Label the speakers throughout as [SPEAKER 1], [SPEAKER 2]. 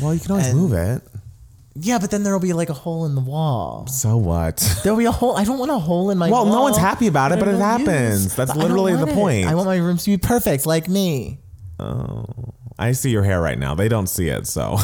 [SPEAKER 1] Well, you can always
[SPEAKER 2] And-
[SPEAKER 1] move it.
[SPEAKER 2] Yeah, but then there'll be like a hole in the wall.
[SPEAKER 1] So what?
[SPEAKER 2] There'll be a hole. I don't want a hole in my.
[SPEAKER 1] Well, no
[SPEAKER 2] wall
[SPEAKER 1] one's happy about it,
[SPEAKER 2] that
[SPEAKER 1] but
[SPEAKER 2] I
[SPEAKER 1] it
[SPEAKER 2] don't
[SPEAKER 1] happens.
[SPEAKER 2] use.
[SPEAKER 1] That's
[SPEAKER 2] But I don't
[SPEAKER 1] literally the
[SPEAKER 2] want it.
[SPEAKER 1] point.
[SPEAKER 2] I want my rooms to be perfect, like me.
[SPEAKER 1] I see your hair right now. They don't see it, so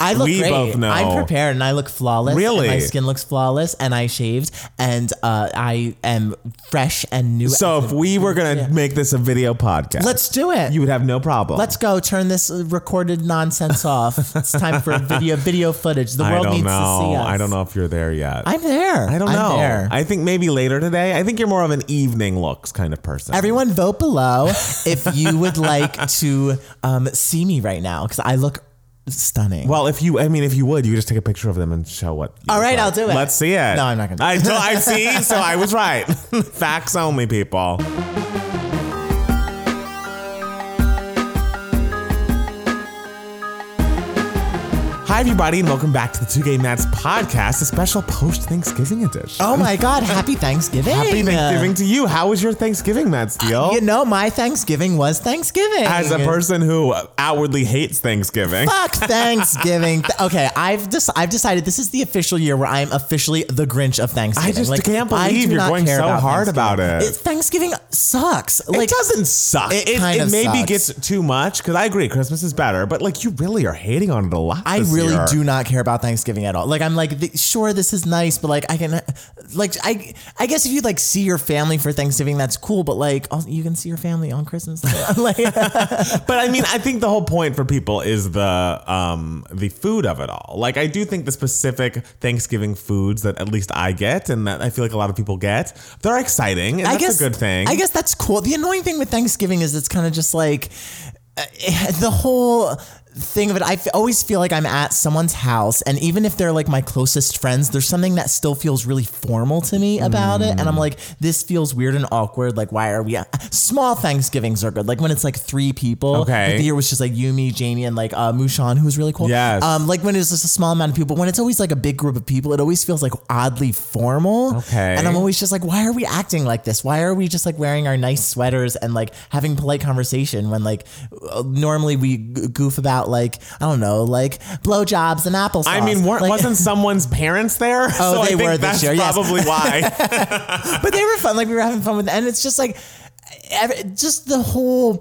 [SPEAKER 2] I look
[SPEAKER 1] we
[SPEAKER 2] great.
[SPEAKER 1] both know.
[SPEAKER 2] I'm prepared and I look flawless. and
[SPEAKER 1] Really?
[SPEAKER 2] my skin looks flawless, and I shaved, and uh, I am fresh and new.
[SPEAKER 1] So if we were gonna make this a video podcast,
[SPEAKER 2] let's do it.
[SPEAKER 1] you would have no problem.
[SPEAKER 2] Let's go. Turn this uh, recorded nonsense off. It's time for video video footage. The
[SPEAKER 1] I
[SPEAKER 2] world
[SPEAKER 1] don't
[SPEAKER 2] needs
[SPEAKER 1] know.
[SPEAKER 2] to see us.
[SPEAKER 1] I don't know if you're there yet.
[SPEAKER 2] I'm there.
[SPEAKER 1] I don't
[SPEAKER 2] I'm
[SPEAKER 1] know.
[SPEAKER 2] there.
[SPEAKER 1] I think maybe later today. I think you're more of an evening looks kind of person.
[SPEAKER 2] Everyone, vote below if you would like to um, see me right now because I look stunning.
[SPEAKER 1] well, if you, I mean, if you would, you could just take a picture of them and show what. you
[SPEAKER 2] All
[SPEAKER 1] look
[SPEAKER 2] right,
[SPEAKER 1] like.
[SPEAKER 2] I'll do it.
[SPEAKER 1] Let's see it.
[SPEAKER 2] No, I'm not gonna do
[SPEAKER 1] I, do I see. So I was right. Facts only, people. Hi, everybody, and welcome back to the Two Gay Mats podcast, a special post Thanksgiving edition.
[SPEAKER 2] oh my God! Happy Thanksgiving.
[SPEAKER 1] Happy Thanksgiving to you. How was your Thanksgiving, Matt Steele?
[SPEAKER 2] uh, You know, my Thanksgiving was Thanksgiving.
[SPEAKER 1] As a person who outwardly hates Thanksgiving.
[SPEAKER 2] Fuck Thanksgiving. Th- okay, I've just I've decided this is the official year where I am officially the Grinch of Thanksgiving.
[SPEAKER 1] I just can't
[SPEAKER 2] I
[SPEAKER 1] believe
[SPEAKER 2] do
[SPEAKER 1] you're
[SPEAKER 2] not
[SPEAKER 1] going
[SPEAKER 2] care
[SPEAKER 1] so
[SPEAKER 2] about
[SPEAKER 1] hard about
[SPEAKER 2] Thanksgiving.
[SPEAKER 1] it.
[SPEAKER 2] Thanksgiving sucks.
[SPEAKER 1] It
[SPEAKER 2] Like
[SPEAKER 1] doesn't suck.
[SPEAKER 2] It
[SPEAKER 1] It, it,
[SPEAKER 2] kind of
[SPEAKER 1] maybe
[SPEAKER 2] sucks.
[SPEAKER 1] gets too much because I agree Christmas is better, but like you really are hating on it a lot.
[SPEAKER 2] I
[SPEAKER 1] this
[SPEAKER 2] really
[SPEAKER 1] year.
[SPEAKER 2] do not care about Thanksgiving at all. Like I'm like th- sure this is nice, but like I can like I I guess if you like see your family for Thanksgiving that's cool, but like also, you can see your family on Christmas. like
[SPEAKER 1] But I mean, I think the whole point for people is the um the food of it all. Like I do think the specific Thanksgiving foods that at least I get and that I feel like a lot of people get, they're exciting. And
[SPEAKER 2] I
[SPEAKER 1] that's
[SPEAKER 2] guess
[SPEAKER 1] a good thing.
[SPEAKER 2] I guess that's cool. The annoying thing with Thanksgiving is it's kind of just like uh, the whole thing of it. I f- always feel like I'm at someone's house, and even if they're like my closest friends, there's something that still feels really formal to me about it. And I'm like, this feels weird and awkward. Like, why are we? At-? Small Thanksgivings are good. Like when it's like three people.
[SPEAKER 1] Okay.
[SPEAKER 2] Like, the year was just like you, me, Janie, and like uh, Mushan, who was really cool.
[SPEAKER 1] Yes.
[SPEAKER 2] Um, like when it's just a small amount of people. When it's always like a big group of people, it always feels like oddly formal.
[SPEAKER 1] Okay.
[SPEAKER 2] And I'm always just like, why are we acting like this? Why are we just like wearing our nice sweaters and like having polite conversation when like uh, normally we g- goof about like I don't know like blowjobs and applesauce.
[SPEAKER 1] I mean, weren't,
[SPEAKER 2] Like,
[SPEAKER 1] wasn't someone's parents there?
[SPEAKER 2] Oh,
[SPEAKER 1] so I
[SPEAKER 2] they
[SPEAKER 1] think
[SPEAKER 2] were this
[SPEAKER 1] that's
[SPEAKER 2] year, yes.
[SPEAKER 1] probably why.
[SPEAKER 2] but they were fun. Like we were having fun with, and it's just like, ev- just the whole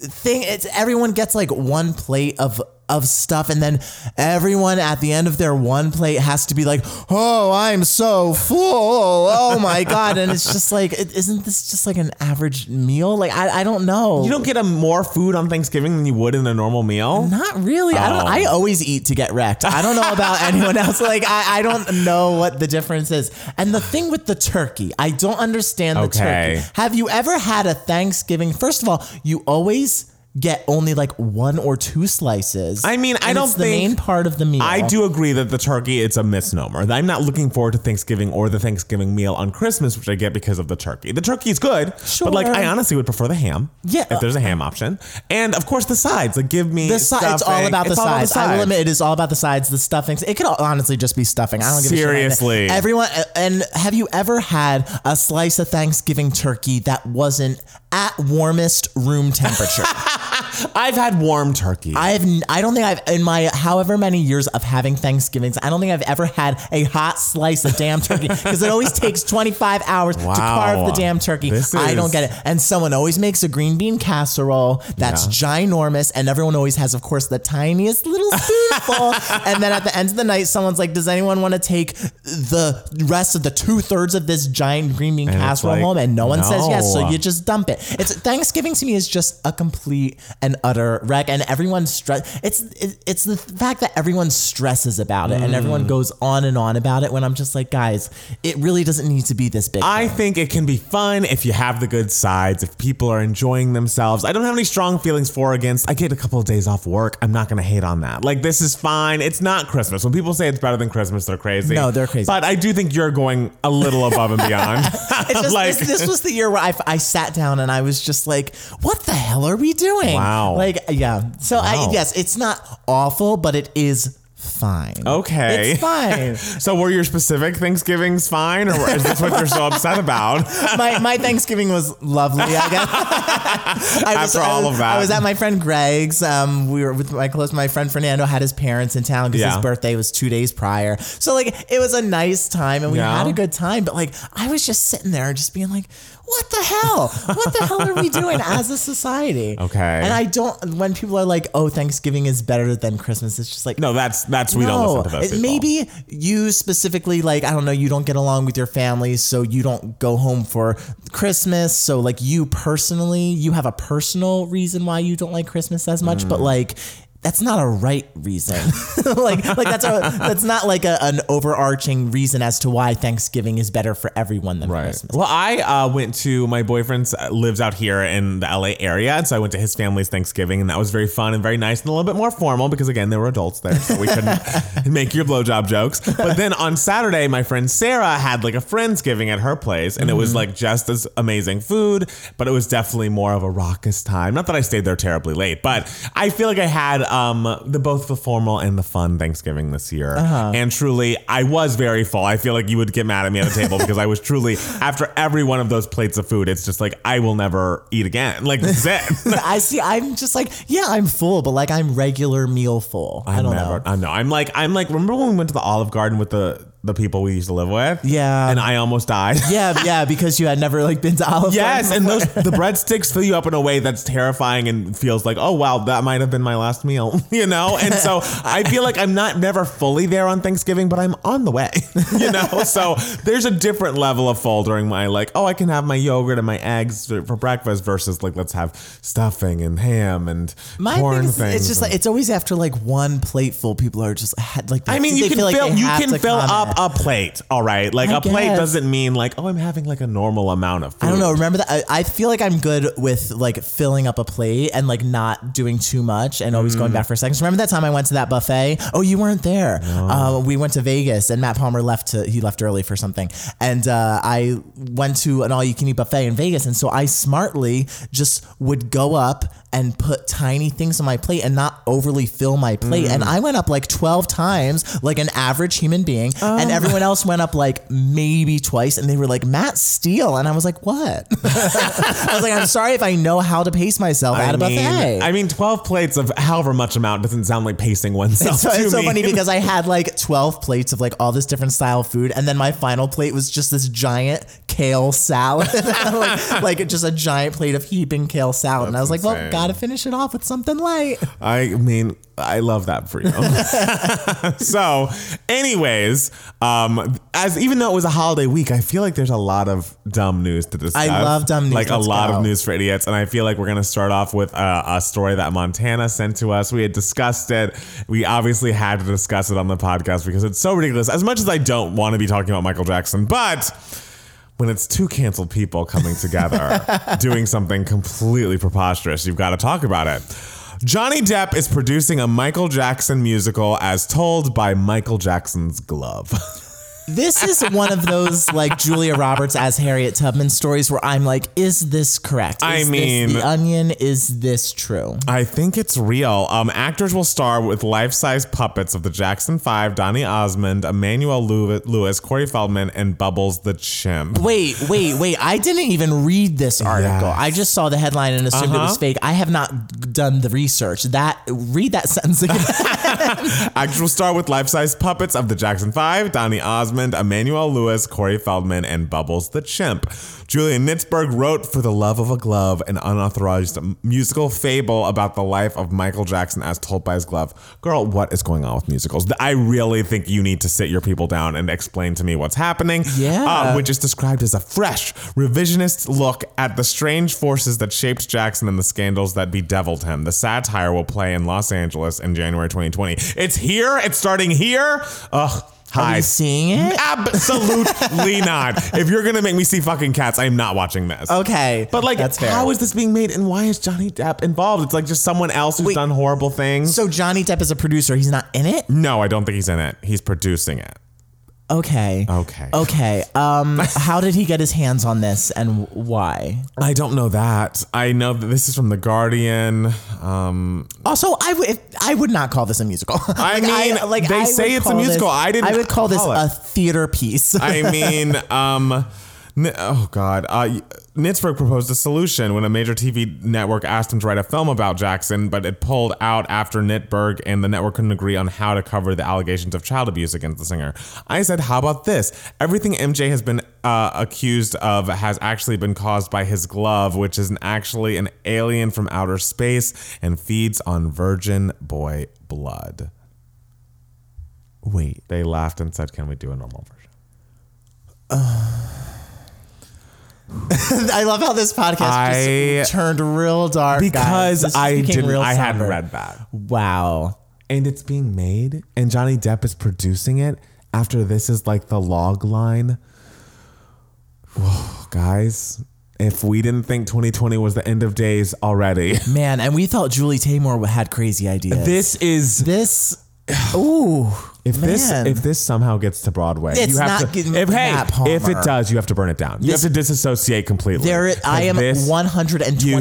[SPEAKER 2] thing. It's everyone gets like one plate of of stuff, and then everyone at the end of their one plate has to be like, "Oh, I'm so full. Oh my god!" And it's just like, it, isn't this just like an average meal? Like I, I don't know.
[SPEAKER 1] You don't get a more food on Thanksgiving than you would in a normal meal.
[SPEAKER 2] Not really. I don't.
[SPEAKER 1] Oh.
[SPEAKER 2] I always eat to get wrecked. I don't know about anyone else. Like I, I don't know what the difference is. And the thing with the turkey, I don't understand the
[SPEAKER 1] Okay.
[SPEAKER 2] turkey. Have you ever had a Thanksgiving? First of all, you always get only like one or two slices.
[SPEAKER 1] I mean, I
[SPEAKER 2] and
[SPEAKER 1] don't
[SPEAKER 2] it's the
[SPEAKER 1] think-
[SPEAKER 2] main part of the meal.
[SPEAKER 1] I do agree that the turkey it's a misnomer. I'm not looking forward to Thanksgiving or the Thanksgiving meal on Christmas, which I get because of the turkey. The turkey is good,
[SPEAKER 2] Sure.
[SPEAKER 1] but like I honestly would prefer the ham.
[SPEAKER 2] Yeah.
[SPEAKER 1] if there's a ham option, and of course the sides. Like give me
[SPEAKER 2] The si- it's all
[SPEAKER 1] stuffing.
[SPEAKER 2] about the
[SPEAKER 1] It's all
[SPEAKER 2] sides. I will admit it is all about the sides, the stuffings. It could honestly just be stuffing. I don't give a shit.
[SPEAKER 1] Seriously.
[SPEAKER 2] everyone. And have you ever had a slice of Thanksgiving turkey that wasn't at warmest room temperature?
[SPEAKER 1] I've had warm turkey.
[SPEAKER 2] I've n- I don't think I've in my however many years of having Thanksgivings, I don't think I've ever had a hot slice of damn turkey because it always takes 25 hours to carve the damn turkey.
[SPEAKER 1] This
[SPEAKER 2] I
[SPEAKER 1] is-
[SPEAKER 2] don't get it. And someone always makes a green bean casserole that's ginormous and everyone always has of course the tiniest little spoonful. and then at the end of the night someone's like, "Does anyone want to take the rest of the two-thirds of this giant green bean
[SPEAKER 1] it's
[SPEAKER 2] casserole
[SPEAKER 1] like,
[SPEAKER 2] home?" And no one says yes. So
[SPEAKER 1] no.
[SPEAKER 2] you you just dump it. It's Thanksgiving to me is just a complete and utter wreck, and everyone stress. It's it, it's the fact that everyone stresses about it, and
[SPEAKER 1] Mm.
[SPEAKER 2] everyone goes on and on about it. When I'm just like, guys, it really doesn't need to be this big.
[SPEAKER 1] I think it can be fun if you have the good sides, if people are enjoying themselves. I don't have any strong feelings for or against. I get a couple of days off work. I'm not going to hate on that. Like, this is fine. It's not Christmas. When people say it's better than Christmas, they're crazy.
[SPEAKER 2] No, they're crazy.
[SPEAKER 1] But I do think you're going a little above and beyond.
[SPEAKER 2] It's just,
[SPEAKER 1] like,
[SPEAKER 2] this, this was the year where I, I sat down and I was just like, what the hell are we doing?
[SPEAKER 1] Wow.
[SPEAKER 2] Like, yeah. So,
[SPEAKER 1] Wow.
[SPEAKER 2] I, yes, it's not awful, but it is fine.
[SPEAKER 1] Okay.
[SPEAKER 2] It's fine.
[SPEAKER 1] So were your specific Thanksgivings fine, or is this what you're so upset about?
[SPEAKER 2] my, my Thanksgiving was lovely. I guess. I
[SPEAKER 1] After all
[SPEAKER 2] I was, um,
[SPEAKER 1] of that.
[SPEAKER 2] I was at my friend Greg's. Um, we were with my close. My friend Fernando had his parents in town because
[SPEAKER 1] Yeah.
[SPEAKER 2] his birthday was two days prior. So like, it was a nice time and we
[SPEAKER 1] Yeah.
[SPEAKER 2] had a good time. But like, I was just sitting there, just being like, "What the hell? What the hell are we doing as a society?"
[SPEAKER 1] Okay.
[SPEAKER 2] And I don't. When people are like, "Oh, Thanksgiving is better than Christmas," it's just like,
[SPEAKER 1] No, that's that's we don't listen to those
[SPEAKER 2] Oh, it-
[SPEAKER 1] people.
[SPEAKER 2] Maybe you specifically like I don't know. You don't get along with your family, so you don't go home for Christmas. So like you personally, you have a personal reason why you don't like Christmas as much.
[SPEAKER 1] Mm.
[SPEAKER 2] But like that's not a right reason. like like that's a, that's not like a, an overarching reason as to why Thanksgiving is better for everyone than
[SPEAKER 1] Right.
[SPEAKER 2] Christmas.
[SPEAKER 1] Well, I uh, went to my boyfriend's uh, lives out here in the LA area, and so I went to his family's Thanksgiving, and that was very fun and very nice and a little bit more formal because again there were adults there, so we couldn't make your blowjob jokes. But then on Saturday, my friend Sarah had like a friendsgiving at her place, and it was like just as amazing food, but it was definitely more of a raucous time. Not that I stayed there terribly late, but I feel like I had um, the both the formal and the fun Thanksgiving this year,
[SPEAKER 2] Uh-huh.
[SPEAKER 1] and truly I was very full. I feel like you would get mad at me at the table because I was truly after every one of those plates of food, it's just like I will never eat again. Like this is it.
[SPEAKER 2] I see. I'm just like yeah, I'm full, but like I'm regular meal full. I don't know.
[SPEAKER 1] I know. I'm like I'm like. Remember when we went to the Olive Garden with the the people we used to live with?
[SPEAKER 2] Yeah.
[SPEAKER 1] and I almost died.
[SPEAKER 2] Yeah, yeah, because you had never like been to Olive
[SPEAKER 1] Yes,
[SPEAKER 2] Garden
[SPEAKER 1] and those the breadsticks fill you up in a way that's terrifying and feels like, oh wow, that might have been my last meal, you know. And so I feel like I'm not never fully there on Thanksgiving, but I'm on the way, you know. So there's a different level of full during my like, oh, I can have my yogurt and my eggs for for breakfast versus like let's have stuffing and ham and
[SPEAKER 2] My
[SPEAKER 1] corn
[SPEAKER 2] thing is,
[SPEAKER 1] things.
[SPEAKER 2] it's just
[SPEAKER 1] and-
[SPEAKER 2] like it's always after like one plateful. People are just had like. They,
[SPEAKER 1] I mean,
[SPEAKER 2] they
[SPEAKER 1] you can
[SPEAKER 2] feel like
[SPEAKER 1] fill
[SPEAKER 2] they
[SPEAKER 1] you
[SPEAKER 2] have
[SPEAKER 1] can
[SPEAKER 2] to
[SPEAKER 1] fill
[SPEAKER 2] comment.
[SPEAKER 1] up a plate, all right. Like
[SPEAKER 2] I
[SPEAKER 1] a plate
[SPEAKER 2] guess.
[SPEAKER 1] doesn't mean like, oh, I'm having like a normal amount of. Food.
[SPEAKER 2] I don't know. Remember that? I, I feel like I'm good with like filling up a plate and like not doing too much and always
[SPEAKER 1] Mm.
[SPEAKER 2] going back for seconds. Remember that time I went to that buffet? Oh, you weren't there. Uh, we went to Vegas and Matt Palmer left to he left early for something, and uh, I went to an all you can eat buffet in Vegas, and so I smartly just would go up and put tiny things on my plate and not overly fill my plate.
[SPEAKER 1] Mm.
[SPEAKER 2] And I went up like twelve times, like an average human being,
[SPEAKER 1] Oh,
[SPEAKER 2] and everyone else went up like maybe twice, and they were like Matt Steele, and I was like, what? I was like, I'm sorry if I know how to pace myself at a
[SPEAKER 1] mean,
[SPEAKER 2] buffet.
[SPEAKER 1] I mean, 12 plates of however much amount doesn't sound like pacing oneself.
[SPEAKER 2] it's so,
[SPEAKER 1] to
[SPEAKER 2] it's so
[SPEAKER 1] me.
[SPEAKER 2] funny because I had like 12 plates of like all this different style food. And then my final plate was just this giant kale salad, like, like just a giant plate of heaping kale salad. and I was like, well,
[SPEAKER 1] insane.
[SPEAKER 2] gotta finish it off with something light.
[SPEAKER 1] I mean, I love that for you. so, anyways, um, as even though it was a holiday week, I feel like there's a lot of dumb news to discuss.
[SPEAKER 2] love dumb news.
[SPEAKER 1] Like a
[SPEAKER 2] Let's
[SPEAKER 1] lot
[SPEAKER 2] go.
[SPEAKER 1] of news for idiots, and I feel like we're gonna start off with a, a story that Montana sent to us. We had discussed it. We obviously had to discuss it on the podcast because it's so ridiculous. As much as I don't want to be talking about Michael Jackson, but. when it's two canceled people coming together doing something completely preposterous, you've got to talk about it. Johnny Depp is producing a Michael Jackson musical as told by Michael Jackson's glove.
[SPEAKER 2] This is one of those like Julia Roberts as Harriet Tubman stories where I'm like, is this correct? Is
[SPEAKER 1] I
[SPEAKER 2] this
[SPEAKER 1] mean-
[SPEAKER 2] the onion, is this true?
[SPEAKER 1] I think it's real. Um, actors will star with life-size puppets of the Jackson Five, Donny Osmond, Emmanuel Lew- Lewis, Corey Feldman, and Bubbles the Chimp.
[SPEAKER 2] Wait, wait, wait. I didn't even read this article.
[SPEAKER 1] Yes.
[SPEAKER 2] I just saw the headline and assumed it was
[SPEAKER 1] Uh-huh.
[SPEAKER 2] fake. I have not done the research. That read that sentence again.
[SPEAKER 1] Actors will star with life-size puppets of the Jackson Five, Donny Osmond, Emmanuel Lewis, Corey Feldman, and Bubbles the Chimp. Julian Nitzberg wrote For the Love of a Glove, an unauthorized musical fable about the life of Michael Jackson as told by his glove. Girl, what is going on with musicals? I really think you need to sit your people down and explain to me what's happening.
[SPEAKER 2] Yeah.
[SPEAKER 1] Uh, which is described as a fresh, revisionist look at the strange forces that shaped Jackson and the scandals that bedeviled him. The satire will play in Los Angeles in January 2020. It's here. It's starting here. Ugh. Hi.
[SPEAKER 2] you seeing it?
[SPEAKER 1] Absolutely not. If you're gonna make me see fucking cats, I'm not watching this.
[SPEAKER 2] Okay,
[SPEAKER 1] But like,
[SPEAKER 2] that's fair.
[SPEAKER 1] how is this being made, and why is Johnny Depp involved? It's like just someone else who's
[SPEAKER 2] Wait.
[SPEAKER 1] done horrible things.
[SPEAKER 2] so Johnny Depp is a producer. He's not in it.
[SPEAKER 1] no, I don't think he's in it. He's producing it.
[SPEAKER 2] Okay.
[SPEAKER 1] Okay.
[SPEAKER 2] Okay. Um, how did he get his hands on this and why?
[SPEAKER 1] I don't know that. I know that this is from The Guardian. Um,
[SPEAKER 2] Also, I would I would not call this a musical.
[SPEAKER 1] I mean, they
[SPEAKER 2] would
[SPEAKER 1] say it's a
[SPEAKER 2] call this-
[SPEAKER 1] musical. I didn't
[SPEAKER 2] I would call this
[SPEAKER 1] call it.
[SPEAKER 2] a theater piece.
[SPEAKER 1] I mean, um, N- oh God. Uh, Nitzberg proposed a solution when a major TV network asked him to write a film about Jackson, but it pulled out after Nitzberg and the network couldn't agree on how to cover the allegations of child abuse against the singer. I said, how about this? Everything MJ has been uh, accused of has actually been caused by his glove, which is an, actually an alien from outer space and feeds on virgin boy blood.
[SPEAKER 2] Wait.
[SPEAKER 1] They laughed and said, can we do a normal version?
[SPEAKER 2] I love how this podcast
[SPEAKER 1] I-
[SPEAKER 2] just turned real dark
[SPEAKER 1] because
[SPEAKER 2] guys. This just
[SPEAKER 1] I
[SPEAKER 2] became
[SPEAKER 1] didn't.
[SPEAKER 2] real
[SPEAKER 1] I hadn't
[SPEAKER 2] somber.
[SPEAKER 1] read that,
[SPEAKER 2] Wow.
[SPEAKER 1] and it's being made, and Johnny Depp is producing it. After this is like the log line. Whoa, guys! If we didn't think 2020 was the end of days already,
[SPEAKER 2] Man, and we thought Julie Taymor had crazy ideas.
[SPEAKER 1] this is
[SPEAKER 2] this ooh.
[SPEAKER 1] if this
[SPEAKER 2] man.
[SPEAKER 1] if this somehow gets to Broadway,
[SPEAKER 2] It's
[SPEAKER 1] you have
[SPEAKER 2] not
[SPEAKER 1] to.
[SPEAKER 2] getting
[SPEAKER 1] If,
[SPEAKER 2] Matt
[SPEAKER 1] hey, if
[SPEAKER 2] Palmer.
[SPEAKER 1] it does, you have to burn it down. You
[SPEAKER 2] This-
[SPEAKER 1] have to disassociate completely.
[SPEAKER 2] There, it- I
[SPEAKER 1] 'Cause
[SPEAKER 2] am
[SPEAKER 1] this-
[SPEAKER 2] one hundred and
[SPEAKER 1] You say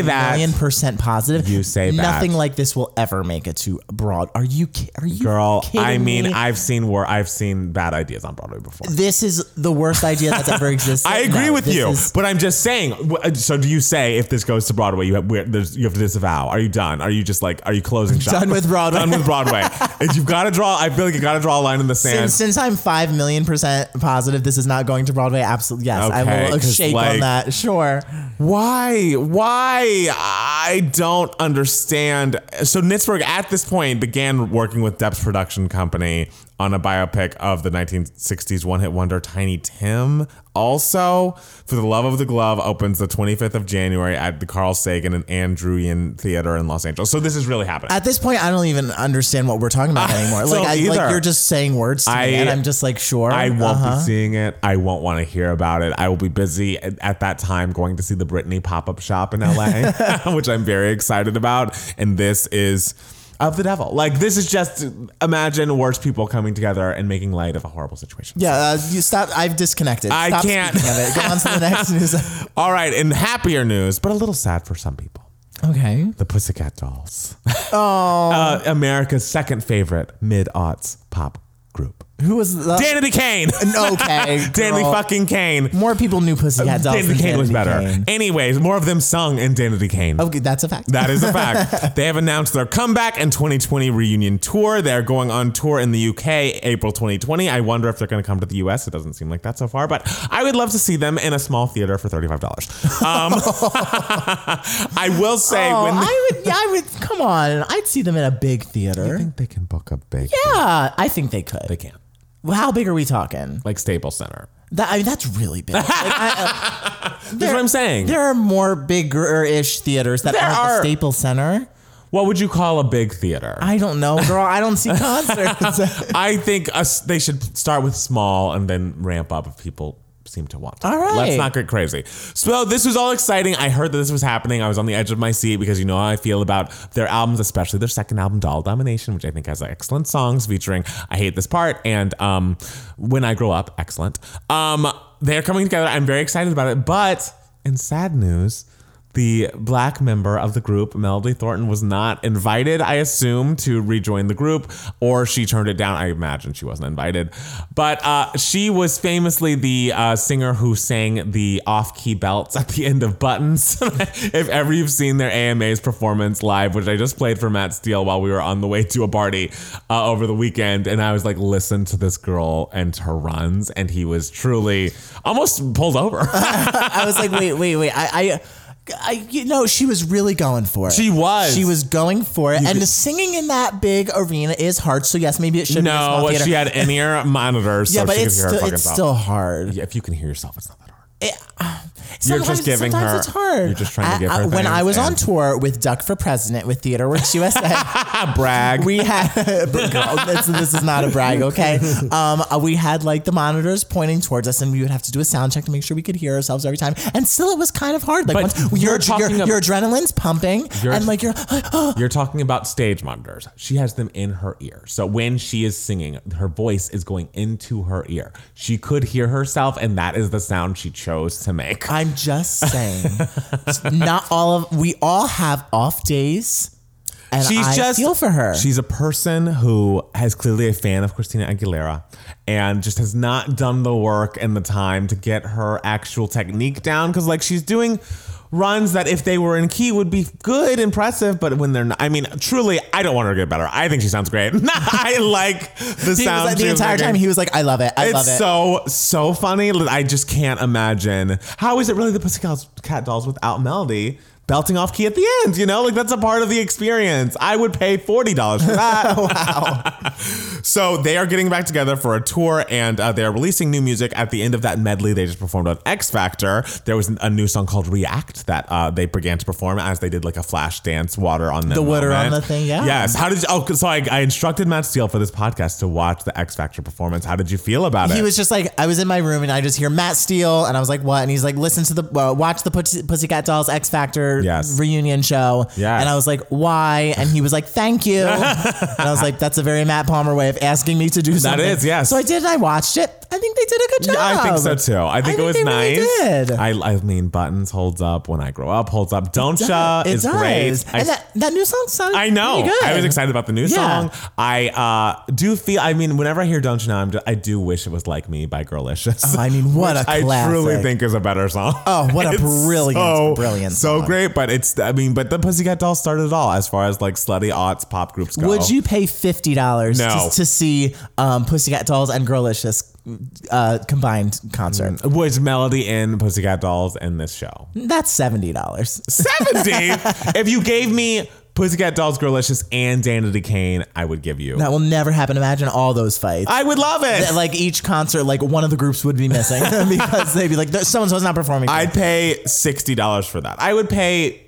[SPEAKER 2] twenty-five
[SPEAKER 1] that.
[SPEAKER 2] million percent positive.
[SPEAKER 1] You say that.
[SPEAKER 2] nothing like this will ever make it to broad. Are you? ki- Are you?
[SPEAKER 1] Girl,
[SPEAKER 2] kidding
[SPEAKER 1] I mean,
[SPEAKER 2] me?
[SPEAKER 1] I've seen where I've seen bad ideas on Broadway before.
[SPEAKER 2] this is the worst idea that's ever existed.
[SPEAKER 1] I agree
[SPEAKER 2] No,
[SPEAKER 1] with
[SPEAKER 2] this
[SPEAKER 1] you,
[SPEAKER 2] is-
[SPEAKER 1] but I'm just saying. wh- So, do you say if this goes to Broadway, you have where, there's, you have to disavow? Are you done? Are you just like are you closing shop?
[SPEAKER 2] Done with Broadway.
[SPEAKER 1] done with Broadway. If you've got to draw, I feel like you got to draw a line in the sand.
[SPEAKER 2] since, since I'm five million percent positive this is not going to Broadway, absolutely yes, I
[SPEAKER 1] Okay,
[SPEAKER 2] will
[SPEAKER 1] 'cause,
[SPEAKER 2] shake
[SPEAKER 1] like-
[SPEAKER 2] on that. Sure,
[SPEAKER 1] Why? Why? I don't understand. So Nitzberg at this point began working with Depp's production company on a biopic of the 1960s one-hit wonder Tiny Tim. Also, For the Love of the Glove opens the 25th of January at the Carl Sagan and Andrewian Theater in Los Angeles. So this is really happening.
[SPEAKER 2] at this point, I don't even understand what we're talking about anymore. Like,
[SPEAKER 1] don't
[SPEAKER 2] I,
[SPEAKER 1] either.
[SPEAKER 2] like you're just saying words to
[SPEAKER 1] I-
[SPEAKER 2] me, and I'm just like, sure,
[SPEAKER 1] I won't
[SPEAKER 2] uh-huh.
[SPEAKER 1] be seeing it. I won't want to hear about it. I will be busy at, at that time going to see the Britney pop up shop in LA, which I'm very excited about. And this is of the devil. Like, this is just imagine worse people coming together and making light of a horrible situation.
[SPEAKER 2] Yeah, uh, you stop. I've disconnected.
[SPEAKER 1] I
[SPEAKER 2] Stop
[SPEAKER 1] can't.
[SPEAKER 2] speaking of it. Go on to the next news.
[SPEAKER 1] All right. And happier news, but a little sad for some people.
[SPEAKER 2] Okay.
[SPEAKER 1] The Pussycat Dolls. Oh. uh, America's second favorite mid aughts pop group.
[SPEAKER 2] Who was the?
[SPEAKER 1] Danity Kane.
[SPEAKER 2] okay.
[SPEAKER 1] Danity
[SPEAKER 2] girl.
[SPEAKER 1] fucking Kane.
[SPEAKER 2] More people knew Pussycat Dolls.
[SPEAKER 1] Danity
[SPEAKER 2] than
[SPEAKER 1] Kane was
[SPEAKER 2] Danity
[SPEAKER 1] better.
[SPEAKER 2] Kane.
[SPEAKER 1] Anyways, more of them sung in Danity Kane.
[SPEAKER 2] Okay, that's a fact.
[SPEAKER 1] That is a fact. they have announced their comeback and 2020 reunion tour. They're going on tour in the UK April 2020. I wonder if they're going to come to the US. It doesn't seem like that so far, but I would love to see them in a small theater for $35. Um, I will say
[SPEAKER 2] oh,
[SPEAKER 1] when
[SPEAKER 2] I would. Yeah, I would. Come on, I'd see them in a big
[SPEAKER 1] I
[SPEAKER 2] theater.
[SPEAKER 1] think they can book a big
[SPEAKER 2] Yeah, I think they could.
[SPEAKER 1] they can.
[SPEAKER 2] Well, How big are we talking?
[SPEAKER 1] Like Staples Center.
[SPEAKER 2] That, I mean, that's really big. Like, I, uh,
[SPEAKER 1] That's what I'm saying.
[SPEAKER 2] There are more bigger-ish theaters that
[SPEAKER 1] There
[SPEAKER 2] aren't
[SPEAKER 1] are.
[SPEAKER 2] the Staples Center.
[SPEAKER 1] What would you call a big theater?
[SPEAKER 2] I don't know, girl. I don't see concerts.
[SPEAKER 1] I think us they should start with small and then ramp up if people seem to want to.
[SPEAKER 2] All right.
[SPEAKER 1] Let's not get crazy. So this was all exciting. I heard that this was happening. I was on the edge of my seat because you know how I feel about their albums, especially their second album, Doll Domination, which I think has excellent songs featuring I Hate This Part and um, When I Grow Up, excellent. Um, they're coming together. I'm very excited about it. But in sad news, the black member of the group, Melody Thornton, was not invited, I assume, to rejoin the group, or she turned it down. I imagine she wasn't invited. But uh, she was famously the uh, singer who sang the off key belts at the end of Buttons. if ever you've seen their AMA's performance live, which I just played for Matt Steele while we were on the way to a party uh, over the weekend, and I was like, listen to this girl and her runs. And he was truly almost pulled over.
[SPEAKER 2] I was like, wait, wait, wait. I, I, I, you know, she was really going for it.
[SPEAKER 1] She was.
[SPEAKER 2] She was going for it. and singing in that big arena is hard. So yes, maybe it should be a small
[SPEAKER 1] No,
[SPEAKER 2] theater.
[SPEAKER 1] she had in ear monitors,
[SPEAKER 2] yeah,
[SPEAKER 1] so
[SPEAKER 2] but
[SPEAKER 1] she could
[SPEAKER 2] it's
[SPEAKER 1] hear her
[SPEAKER 2] still,
[SPEAKER 1] fucking
[SPEAKER 2] it's
[SPEAKER 1] self.
[SPEAKER 2] still hard.
[SPEAKER 1] Yeah, if you can hear yourself, it's not that hard.
[SPEAKER 2] It-
[SPEAKER 1] You're just
[SPEAKER 2] Sometimes-
[SPEAKER 1] giving
[SPEAKER 2] sometimes
[SPEAKER 1] her.
[SPEAKER 2] It's hard.
[SPEAKER 1] You're just trying to
[SPEAKER 2] I-
[SPEAKER 1] give her.
[SPEAKER 2] I- when I
[SPEAKER 1] things
[SPEAKER 2] was on
[SPEAKER 1] and-
[SPEAKER 2] tour with Duck for President with TheaterWorks USA,
[SPEAKER 1] brag.
[SPEAKER 2] we had this, this is not a brag okay um uh, we had like the monitors pointing towards us and we would have to do a sound check to make sure we could hear ourselves every time and still it was kind of hard like
[SPEAKER 1] But
[SPEAKER 2] once
[SPEAKER 1] you're
[SPEAKER 2] your, your,
[SPEAKER 1] talking ab-
[SPEAKER 2] your adrenaline's pumping
[SPEAKER 1] You're-
[SPEAKER 2] and like you're
[SPEAKER 1] You're talking about stage monitors. She has them in her ear. So when she is singing, her voice is going into her ear. She could hear herself, and that is the sound she chose to make.
[SPEAKER 2] i'm just saying not all of we all have off days and
[SPEAKER 1] She's
[SPEAKER 2] I
[SPEAKER 1] just
[SPEAKER 2] feel for her
[SPEAKER 1] She's a person who has clearly a fan of Christina Aguilera and just has not done the work and the time to get her actual technique down cuz like she's doing runs that if they were in key would be good impressive but when they're not I mean truly I don't want her to get better. I think she sounds great. I like the
[SPEAKER 2] he was
[SPEAKER 1] sound
[SPEAKER 2] like, the
[SPEAKER 1] she was
[SPEAKER 2] entire
[SPEAKER 1] making.
[SPEAKER 2] time he was like i love it i love
[SPEAKER 1] It's
[SPEAKER 2] it
[SPEAKER 1] so so funny. I just can't imagine how is it really the Pussycat Dolls without Melody belting off key at the end? You know, like that's a part of the experience. I would pay forty dollars for that. wow. so they are getting back together for a tour, and uh, they are releasing new music. At the end of that medley, they just performed on X Factor. There was a new song called React that uh, they began to perform as they did like a flash dance, water on the
[SPEAKER 2] The water on
[SPEAKER 1] moment.
[SPEAKER 2] the thing, yeah.
[SPEAKER 1] Yes. How did you, oh? So I, I instructed Matt Steele for this podcast to watch the X Factor performance. How did you feel about it?
[SPEAKER 2] He was just like, I was in my room and I just hear Matt Steele, and I was like, what? And he's like, listen to the, uh, watch the Pussy, Pussycat Dolls X Factor
[SPEAKER 1] Yes.
[SPEAKER 2] reunion show.
[SPEAKER 1] Yes.
[SPEAKER 2] And I was like, why? And he was like, thank you. and I was like, that's a very Matt Palmer way of asking me to do
[SPEAKER 1] That
[SPEAKER 2] something.
[SPEAKER 1] is, yes.
[SPEAKER 2] So I did, and I watched it. I think they did a good job.
[SPEAKER 1] Yeah, I think so too. I think
[SPEAKER 2] I
[SPEAKER 1] it was
[SPEAKER 2] think they
[SPEAKER 1] nice.
[SPEAKER 2] really did.
[SPEAKER 1] I, I mean, Buttons holds up. When I grow up, holds up. Don't ya
[SPEAKER 2] It
[SPEAKER 1] is
[SPEAKER 2] does.
[SPEAKER 1] great. I,
[SPEAKER 2] and that, that new song sounded
[SPEAKER 1] I know.
[SPEAKER 2] pretty good.
[SPEAKER 1] I was excited about the new
[SPEAKER 2] Yeah.
[SPEAKER 1] song. I uh, do feel. I mean, whenever I hear "Don't You Know," I'm just, I do wish it was like me by Girlicious.
[SPEAKER 2] Oh, I mean, what a
[SPEAKER 1] I truly
[SPEAKER 2] classic.
[SPEAKER 1] think is a better song.
[SPEAKER 2] Oh, what a
[SPEAKER 1] It's
[SPEAKER 2] brilliant, brilliant
[SPEAKER 1] so
[SPEAKER 2] song.
[SPEAKER 1] great. But it's, I mean, but the Pussycat Dolls started it all as far as like slutty aughts pop groups go.
[SPEAKER 2] Would you pay fifty dollars
[SPEAKER 1] No.
[SPEAKER 2] to, to see um, Pussycat Dolls and Girlicious uh, combined concert?
[SPEAKER 1] Was Melody in Pussycat Dolls in this show?
[SPEAKER 2] That's seventy dollars.
[SPEAKER 1] 70 if you gave me pussycat dolls girlicious and danity kane i would give you
[SPEAKER 2] That will never happen. Imagine all those fights.
[SPEAKER 1] i would love it
[SPEAKER 2] That, like each concert, like one of the groups would be missing because they'd be like, so and so's not performing.
[SPEAKER 1] i'd pay $60 for that i would pay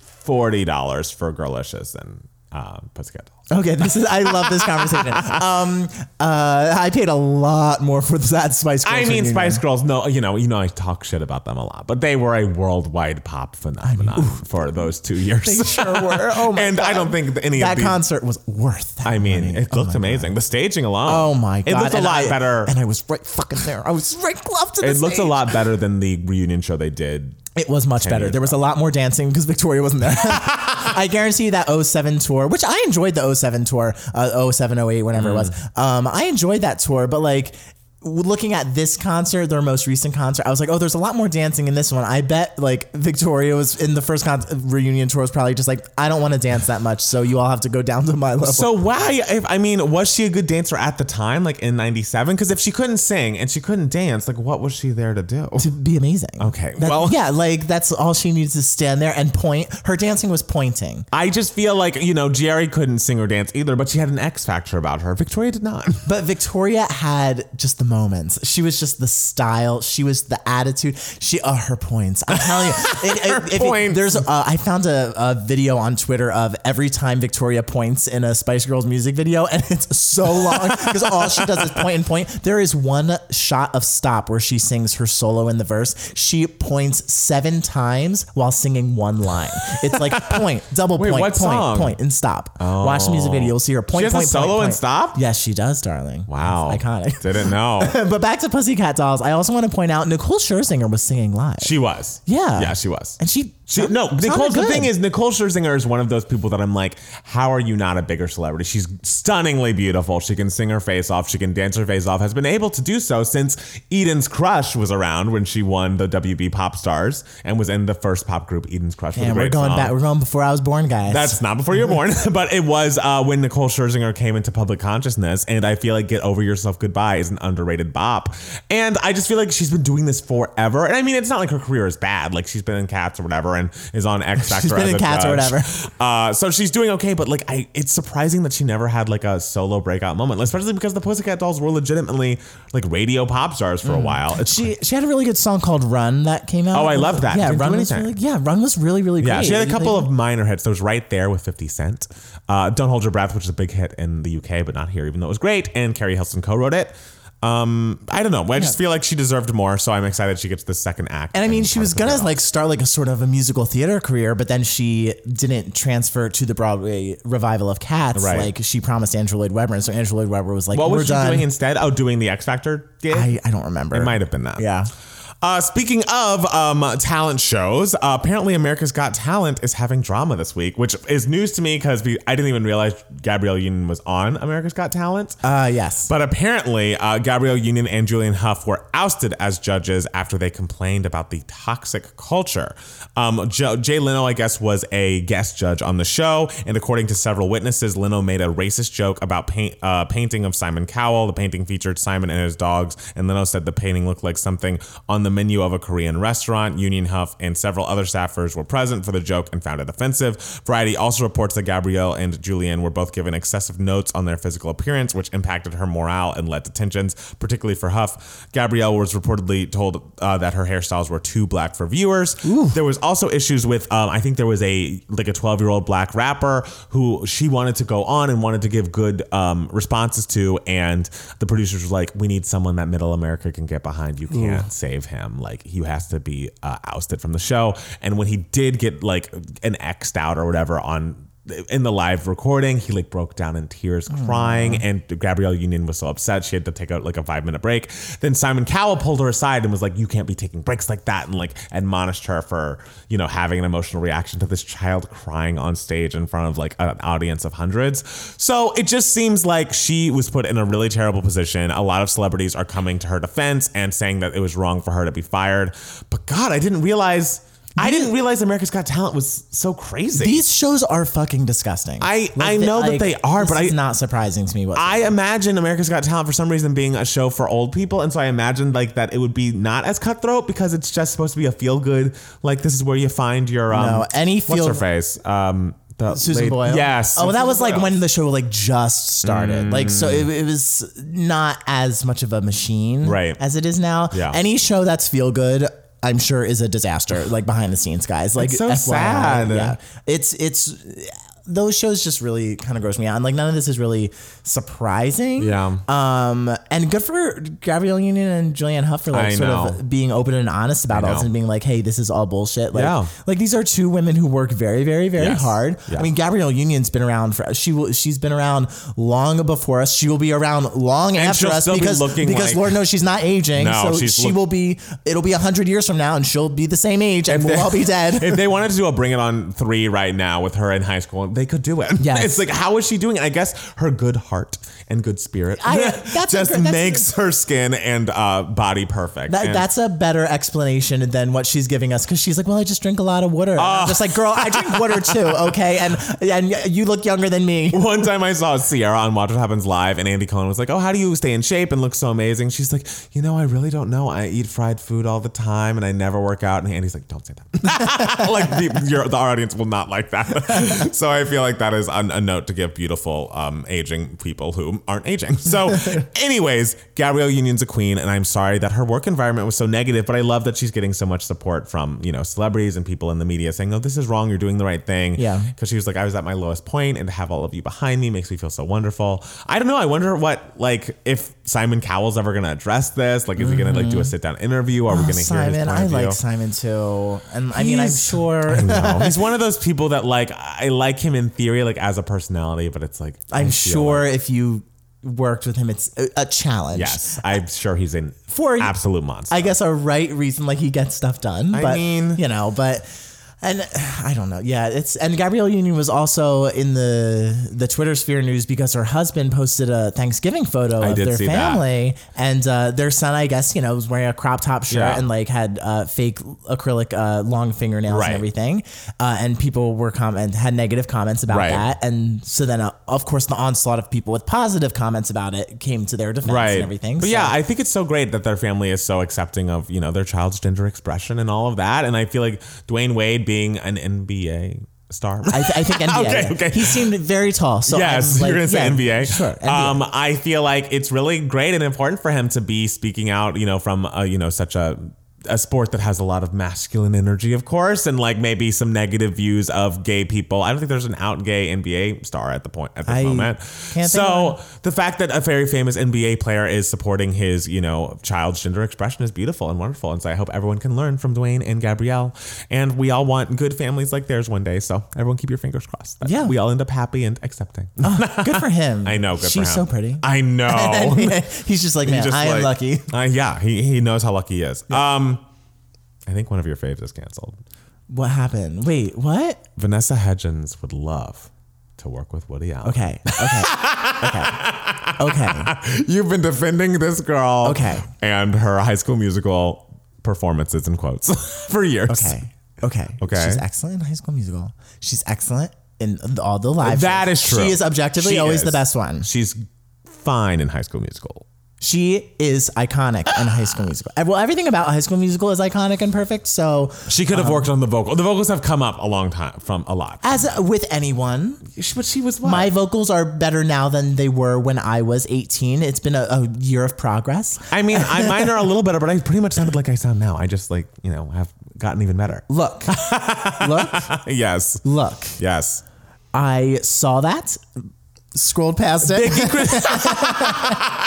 [SPEAKER 1] $40 for girlicious and uh, pussycat dolls
[SPEAKER 2] okay, this is I love this conversation. um, uh, I paid a lot more for that Spice Girls.
[SPEAKER 1] I mean,
[SPEAKER 2] reunion.
[SPEAKER 1] Spice Girls. No, you know, you know, I talk shit about them a lot, but they were a worldwide pop phenomenon for those two
[SPEAKER 2] They
[SPEAKER 1] years.
[SPEAKER 2] sure were. Oh my
[SPEAKER 1] and
[SPEAKER 2] god,
[SPEAKER 1] I don't think that any of
[SPEAKER 2] that
[SPEAKER 1] these.
[SPEAKER 2] concert was worth. That
[SPEAKER 1] I mean,
[SPEAKER 2] money.
[SPEAKER 1] it looked amazing. The staging alone.
[SPEAKER 2] Oh my god,
[SPEAKER 1] it looked a
[SPEAKER 2] and
[SPEAKER 1] lot
[SPEAKER 2] I-
[SPEAKER 1] better.
[SPEAKER 2] And I was right fucking there. I was right gloved to the
[SPEAKER 1] It looked a
[SPEAKER 2] stage.
[SPEAKER 1] lot better than the reunion show they did
[SPEAKER 2] It was much better.
[SPEAKER 1] years
[SPEAKER 2] There was a lot more dancing because Victoria wasn't there. I guarantee you that 07 tour, which I enjoyed the 07 tour, uh, 07, 08, whenever it was.
[SPEAKER 1] Mm.
[SPEAKER 2] Um, I enjoyed that tour, but like w- looking at this concert, their most recent concert, I was like, oh, there's a lot more dancing in this one. I bet like Victoria was in the first con- reunion tour was probably just like, I don't want to dance that much, so you all have to go down to my level.
[SPEAKER 1] So why? If I mean, was she a good dancer at the time, like in '97? Because if she couldn't sing and she couldn't dance, like what was she there to do?
[SPEAKER 2] to be amazing.
[SPEAKER 1] Okay,
[SPEAKER 2] That-
[SPEAKER 1] well-
[SPEAKER 2] yeah, like that's all she needs to stand there and point. Her dancing was pointing.
[SPEAKER 1] I just feel like you know Jerry couldn't sing or dance either, but she had an X factor about her. Victoria did not.
[SPEAKER 2] But Victoria had just the moments. She was just the style. She was the attitude. She, uh, her points. I'm telling you, It- it- if you-
[SPEAKER 1] points.
[SPEAKER 2] there's. Uh, I found a, a video on Twitter of every time Victoria points in a Spice Girls music video, and it's so long because all she does is point and point. There is one shot of stop where she sings her solo in the verse. She points seven times while singing one line. It's like point, double point,
[SPEAKER 1] what
[SPEAKER 2] point,
[SPEAKER 1] song?
[SPEAKER 2] point, and stop. Watch the music video. You'll see her point.
[SPEAKER 1] has a
[SPEAKER 2] point, point,
[SPEAKER 1] solo and
[SPEAKER 2] point.
[SPEAKER 1] stop?
[SPEAKER 2] Yes, she does, darling.
[SPEAKER 1] Wow,
[SPEAKER 2] It's iconic.
[SPEAKER 1] Didn't know
[SPEAKER 2] but back to Pussycat Dolls, I also want to point out Nicole Scherzinger was singing live.
[SPEAKER 1] she was.
[SPEAKER 2] Yeah.
[SPEAKER 1] yeah, she was.
[SPEAKER 2] and she,
[SPEAKER 1] She, no,
[SPEAKER 2] sounded
[SPEAKER 1] Nicole. The
[SPEAKER 2] good.
[SPEAKER 1] thing is, Nicole Scherzinger is one of those people that I'm like, how are you not a bigger celebrity? She's stunningly beautiful. She can sing her face off. She can dance her face off. Has been able to do so since Eden's Crush was around when she won the WB Pop Stars and was in the first pop group Eden's Crush. with a
[SPEAKER 2] Man, we're
[SPEAKER 1] great
[SPEAKER 2] going
[SPEAKER 1] song.
[SPEAKER 2] back. We're going before I was born, guys.
[SPEAKER 1] That's not before you were born, but it was uh, when Nicole Scherzinger came into public consciousness, and I feel like "Get Over Yourself Goodbye" is an underrated bop. And I just feel like she's been doing this forever. And I mean, it's not like her career is bad. Like she's been in Cats or whatever, and is on X Factor.
[SPEAKER 2] She's been
[SPEAKER 1] as
[SPEAKER 2] in
[SPEAKER 1] a
[SPEAKER 2] Cats or
[SPEAKER 1] judge.
[SPEAKER 2] whatever.
[SPEAKER 1] Uh, so she's doing okay, but like, I it's surprising that she never had like a solo breakout moment, especially because the Pussycat Dolls were legitimately like radio pop stars
[SPEAKER 2] Mm.
[SPEAKER 1] for a while. It's
[SPEAKER 2] She she had a really good song called Run that came out.
[SPEAKER 1] Oh, I love that.
[SPEAKER 2] Yeah,
[SPEAKER 1] Didn't do
[SPEAKER 2] Run was
[SPEAKER 1] anything.
[SPEAKER 2] really yeah, Run was really really
[SPEAKER 1] Yeah,
[SPEAKER 2] great.
[SPEAKER 1] she had a couple of minor hits. Those right there with 50 Cent. Uh, Don't Hold Your Breath, which is a big hit in the UK, but not here, even though it was great. And Carrie Hilson co wrote it. Um, I don't know. I just feel like she deserved more, so I'm excited she gets the second act.
[SPEAKER 2] And I mean,
[SPEAKER 1] in
[SPEAKER 2] she was
[SPEAKER 1] Part of
[SPEAKER 2] gonna
[SPEAKER 1] the Girl.
[SPEAKER 2] like start like a sort of a musical theater career, but then she didn't transfer to the Broadway revival of Cats
[SPEAKER 1] Right.
[SPEAKER 2] like she promised Andrew Lloyd Webber, and so Andrew Lloyd Webber was like,
[SPEAKER 1] What
[SPEAKER 2] "We're
[SPEAKER 1] was she
[SPEAKER 2] done."
[SPEAKER 1] doing instead? Oh, doing the X Factor? Yeah.
[SPEAKER 2] I I don't remember.
[SPEAKER 1] it might have been that.
[SPEAKER 2] Yeah.
[SPEAKER 1] Uh, speaking of um, talent shows, uh, apparently America's Got Talent is having drama this week, which is news to me because I didn't even realize Gabrielle Union was on America's Got Talent.
[SPEAKER 2] Uh yes.
[SPEAKER 1] But apparently, uh, Gabrielle Union and Julian Huff were ousted as judges after they complained about the toxic culture. Um, jo- Jay Leno, I guess, was a guest judge on the show, and according to several witnesses, Leno made a racist joke about paint, uh, painting of Simon Cowell. The painting featured Simon and his dogs, and Leno said the painting looked like something on the menu of a Korean restaurant. Union Huff and several other staffers were present for the joke and found it offensive. Variety also reports that Gabrielle and Julianne were both given excessive notes on their physical appearance, which impacted her morale and led to tensions, particularly for Huff. Gabrielle was reportedly told uh, that her hairstyles were too black for viewers. There was also issues with, um, I think there was a like a 12 year old black rapper who she wanted to go on and wanted to give good um, responses to, and the producers were like, "We need someone that middle America can get behind. You can't save him. Like he has to be uh, ousted from the show." And when he did get like an X'd out or whatever on in the live recording, he like broke down in tears, crying, and Gabrielle Union was so upset she had to take out like a five minute break. Then Simon Cowell pulled her aside and was like, "You can't be taking breaks like that," and like admonished her for you know having an emotional reaction to this child crying on stage in front of like an audience of hundreds. So it just seems like she was put in a really terrible position. A lot of celebrities are coming to her defense and saying that it was wrong for her to be fired. But God, I didn't realize. I didn't realize America's Got Talent was so crazy.
[SPEAKER 2] These shows are fucking disgusting.
[SPEAKER 1] I- I know that they are,
[SPEAKER 2] this
[SPEAKER 1] but I-
[SPEAKER 2] is not surprising to me. Whatsoever.
[SPEAKER 1] I imagine America's Got Talent for some reason being a show for old people, and so I imagine like that it would be not as cutthroat because it's just supposed to be a feel good. Like this is where you find your um,
[SPEAKER 2] No, any
[SPEAKER 1] what's
[SPEAKER 2] feel-
[SPEAKER 1] her face um the
[SPEAKER 2] Susan
[SPEAKER 1] lady-
[SPEAKER 2] Boyle.
[SPEAKER 1] yes
[SPEAKER 2] Oh, well, that was like
[SPEAKER 1] Boyle.
[SPEAKER 2] when the show like just started. Like, so it, it was not as much of a machine,
[SPEAKER 1] Right.
[SPEAKER 2] as it is now.
[SPEAKER 1] Yeah.
[SPEAKER 2] Any show that's feel good, I'm sure, is a disaster. Like behind the scenes, guys. Like,
[SPEAKER 1] It's so
[SPEAKER 2] FYI.
[SPEAKER 1] sad.
[SPEAKER 2] Yeah, it's it's those shows just really kind of gross me out. And like, none of this is really surprising.
[SPEAKER 1] Yeah.
[SPEAKER 2] Um, and good for Gabrielle Union and Julianne Huff for like
[SPEAKER 1] I
[SPEAKER 2] sort
[SPEAKER 1] know.
[SPEAKER 2] of being open and honest about all this
[SPEAKER 1] know.
[SPEAKER 2] and being like, hey, this is all bullshit. Like,
[SPEAKER 1] Yeah.
[SPEAKER 2] like these are two women who work very, very, very
[SPEAKER 1] Yes.
[SPEAKER 2] hard.
[SPEAKER 1] Yeah.
[SPEAKER 2] I mean, Gabrielle Union's been around for she will she's been around long before us. She will be around long after
[SPEAKER 1] she'll
[SPEAKER 2] us
[SPEAKER 1] still be
[SPEAKER 2] because
[SPEAKER 1] looking
[SPEAKER 2] because
[SPEAKER 1] like-
[SPEAKER 2] Lord knows she's not aging.
[SPEAKER 1] No,
[SPEAKER 2] so
[SPEAKER 1] she's
[SPEAKER 2] she
[SPEAKER 1] look-
[SPEAKER 2] will be. It'll be hundred years from now, and she'll be the same age, and we'll all be dead.
[SPEAKER 1] if they wanted to do a Bring It On three right now with her in high school, they could do it.
[SPEAKER 2] Yes.
[SPEAKER 1] it's like how is she doing it? I guess her good heart and good spirit
[SPEAKER 2] I- that's a
[SPEAKER 1] just
[SPEAKER 2] gr- that's a-
[SPEAKER 1] makes her skin and uh, body perfect.
[SPEAKER 2] That,
[SPEAKER 1] And-
[SPEAKER 2] that's a better explanation than what she's giving us because she's like, "Well, I just drink a lot of water." And
[SPEAKER 1] Ah.
[SPEAKER 2] I'm just like, "Girl, I drink water too, okay?" And and you look younger than me.
[SPEAKER 1] One time I saw Sierra on Watch What Happens Live, and Andy Cohen was like, Oh, how do you stay in shape and look so amazing? She's like, You know, I really don't know. I eat fried food all the time and I never work out. And Andy's like, Don't say that. like, the, your, the audience will not like that. so I feel like that is an, a note to give beautiful um, aging people who aren't aging. So, anyways, Gabrielle Union's a queen, and I'm sorry that her work environment was so negative, but I love that she's getting so much support from, you know, celebrities and people in the media saying, Oh, this is wrong. You're doing the right thing
[SPEAKER 2] Yeah.
[SPEAKER 1] because she was like, I was at my lowest point, and to have all of you behind me makes me feel so wonderful. I don't know. I wonder what like if Simon Cowell's ever gonna address this. Like, is he gonna like do a sit down interview? Are we gonna hear his
[SPEAKER 2] Mm. Oh, Simon,
[SPEAKER 1] point
[SPEAKER 2] I
[SPEAKER 1] of
[SPEAKER 2] like
[SPEAKER 1] view?
[SPEAKER 2] Simon too, and I mean, I'm
[SPEAKER 1] He's-
[SPEAKER 2] sure.
[SPEAKER 1] No, he's one of those people that like I like him in theory, like as a personality, but it's like I
[SPEAKER 2] I'm
[SPEAKER 1] feel
[SPEAKER 2] sure
[SPEAKER 1] like-
[SPEAKER 2] if you worked with him, it's a, a challenge.
[SPEAKER 1] yes, I'm sure he's an
[SPEAKER 2] For-
[SPEAKER 1] absolute monster.
[SPEAKER 2] I guess a right reason, like he gets stuff done. But,
[SPEAKER 1] mean-
[SPEAKER 2] you know, but And I don't know. Yeah, it's and Gabrielle Union was also in the the Twitter sphere news because her husband posted a Thanksgiving photo of
[SPEAKER 1] did
[SPEAKER 2] their
[SPEAKER 1] see that.
[SPEAKER 2] family and uh, their son. I guess you know was wearing a crop top shirt
[SPEAKER 1] Yeah.
[SPEAKER 2] and like had uh, fake acrylic uh, long fingernails
[SPEAKER 1] Right.
[SPEAKER 2] and everything. Uh, and people were comment had negative comments about
[SPEAKER 1] Right.
[SPEAKER 2] that. And so then uh, of course the onslaught of people with positive comments about it came to their defense
[SPEAKER 1] right
[SPEAKER 2] and everything.
[SPEAKER 1] But
[SPEAKER 2] So-
[SPEAKER 1] yeah, I think it's so great that their family is so accepting of you know their child's gender expression and all of that. And I feel like Dwayne Wade being an NBA star.
[SPEAKER 2] I, th- I think NBA.
[SPEAKER 1] Okay,
[SPEAKER 2] yeah.
[SPEAKER 1] okay.
[SPEAKER 2] He seemed very tall. So
[SPEAKER 1] Yes,
[SPEAKER 2] I'm like,
[SPEAKER 1] you're gonna say
[SPEAKER 2] yeah,
[SPEAKER 1] NBA.
[SPEAKER 2] Sure. NBA.
[SPEAKER 1] Um, I feel like it's really great and important for him to be speaking out. You know, from uh, you know such a a sport that has a lot of masculine energy, of course, and like maybe some negative views of gay people. I don't think there's an out gay NBA star at the point at this
[SPEAKER 2] I
[SPEAKER 1] moment.
[SPEAKER 2] can't think
[SPEAKER 1] so Oh, the fact that a very famous NBA player is supporting his you know child's gender expression is beautiful and wonderful. And so I hope everyone can learn from Dwayne and Gabrielle. And we all want good families like theirs one day. So everyone keep your fingers crossed. that
[SPEAKER 2] Yeah.
[SPEAKER 1] we all end up happy and accepting.
[SPEAKER 2] Good for him.
[SPEAKER 1] Uh, I know. Good for
[SPEAKER 2] She's
[SPEAKER 1] him.
[SPEAKER 2] so pretty.
[SPEAKER 1] I know.
[SPEAKER 2] He's just like, man,
[SPEAKER 1] Just
[SPEAKER 2] I am
[SPEAKER 1] like-
[SPEAKER 2] lucky.
[SPEAKER 1] Uh, yeah, he, he knows how lucky he is. Um, I think one of your faves is canceled.
[SPEAKER 2] What happened? Wait, what?
[SPEAKER 1] Vanessa Hudgens would love to work with Woody Allen.
[SPEAKER 2] Okay. Okay. okay. Okay.
[SPEAKER 1] You've been defending this girl.
[SPEAKER 2] Okay.
[SPEAKER 1] And her high school musical performances and quotes for years.
[SPEAKER 2] Okay. Okay.
[SPEAKER 1] Okay.
[SPEAKER 2] She's excellent in High School Musical. She's excellent in all the live.
[SPEAKER 1] That
[SPEAKER 2] shows.
[SPEAKER 1] is true.
[SPEAKER 2] She is objectively
[SPEAKER 1] She
[SPEAKER 2] always
[SPEAKER 1] is.
[SPEAKER 2] the best one.
[SPEAKER 1] She's fine in high school musical.
[SPEAKER 2] She is iconic in High School Musical. Well, everything about High School Musical is iconic and perfect. So,
[SPEAKER 1] She could have
[SPEAKER 2] Uh-huh.
[SPEAKER 1] worked on the vocal. The vocals have come up a long time from a lot.
[SPEAKER 2] as with anyone,
[SPEAKER 1] But she was what?
[SPEAKER 2] My vocals are better now than they were when I was 18. It's been a, a year of progress.
[SPEAKER 1] I mean, I mine are a little better, but I pretty much sounded like I sound now. I just like, you know, have gotten even better.
[SPEAKER 2] Look, look,
[SPEAKER 1] yes.
[SPEAKER 2] look.
[SPEAKER 1] Yes.
[SPEAKER 2] I saw that, scrolled past it.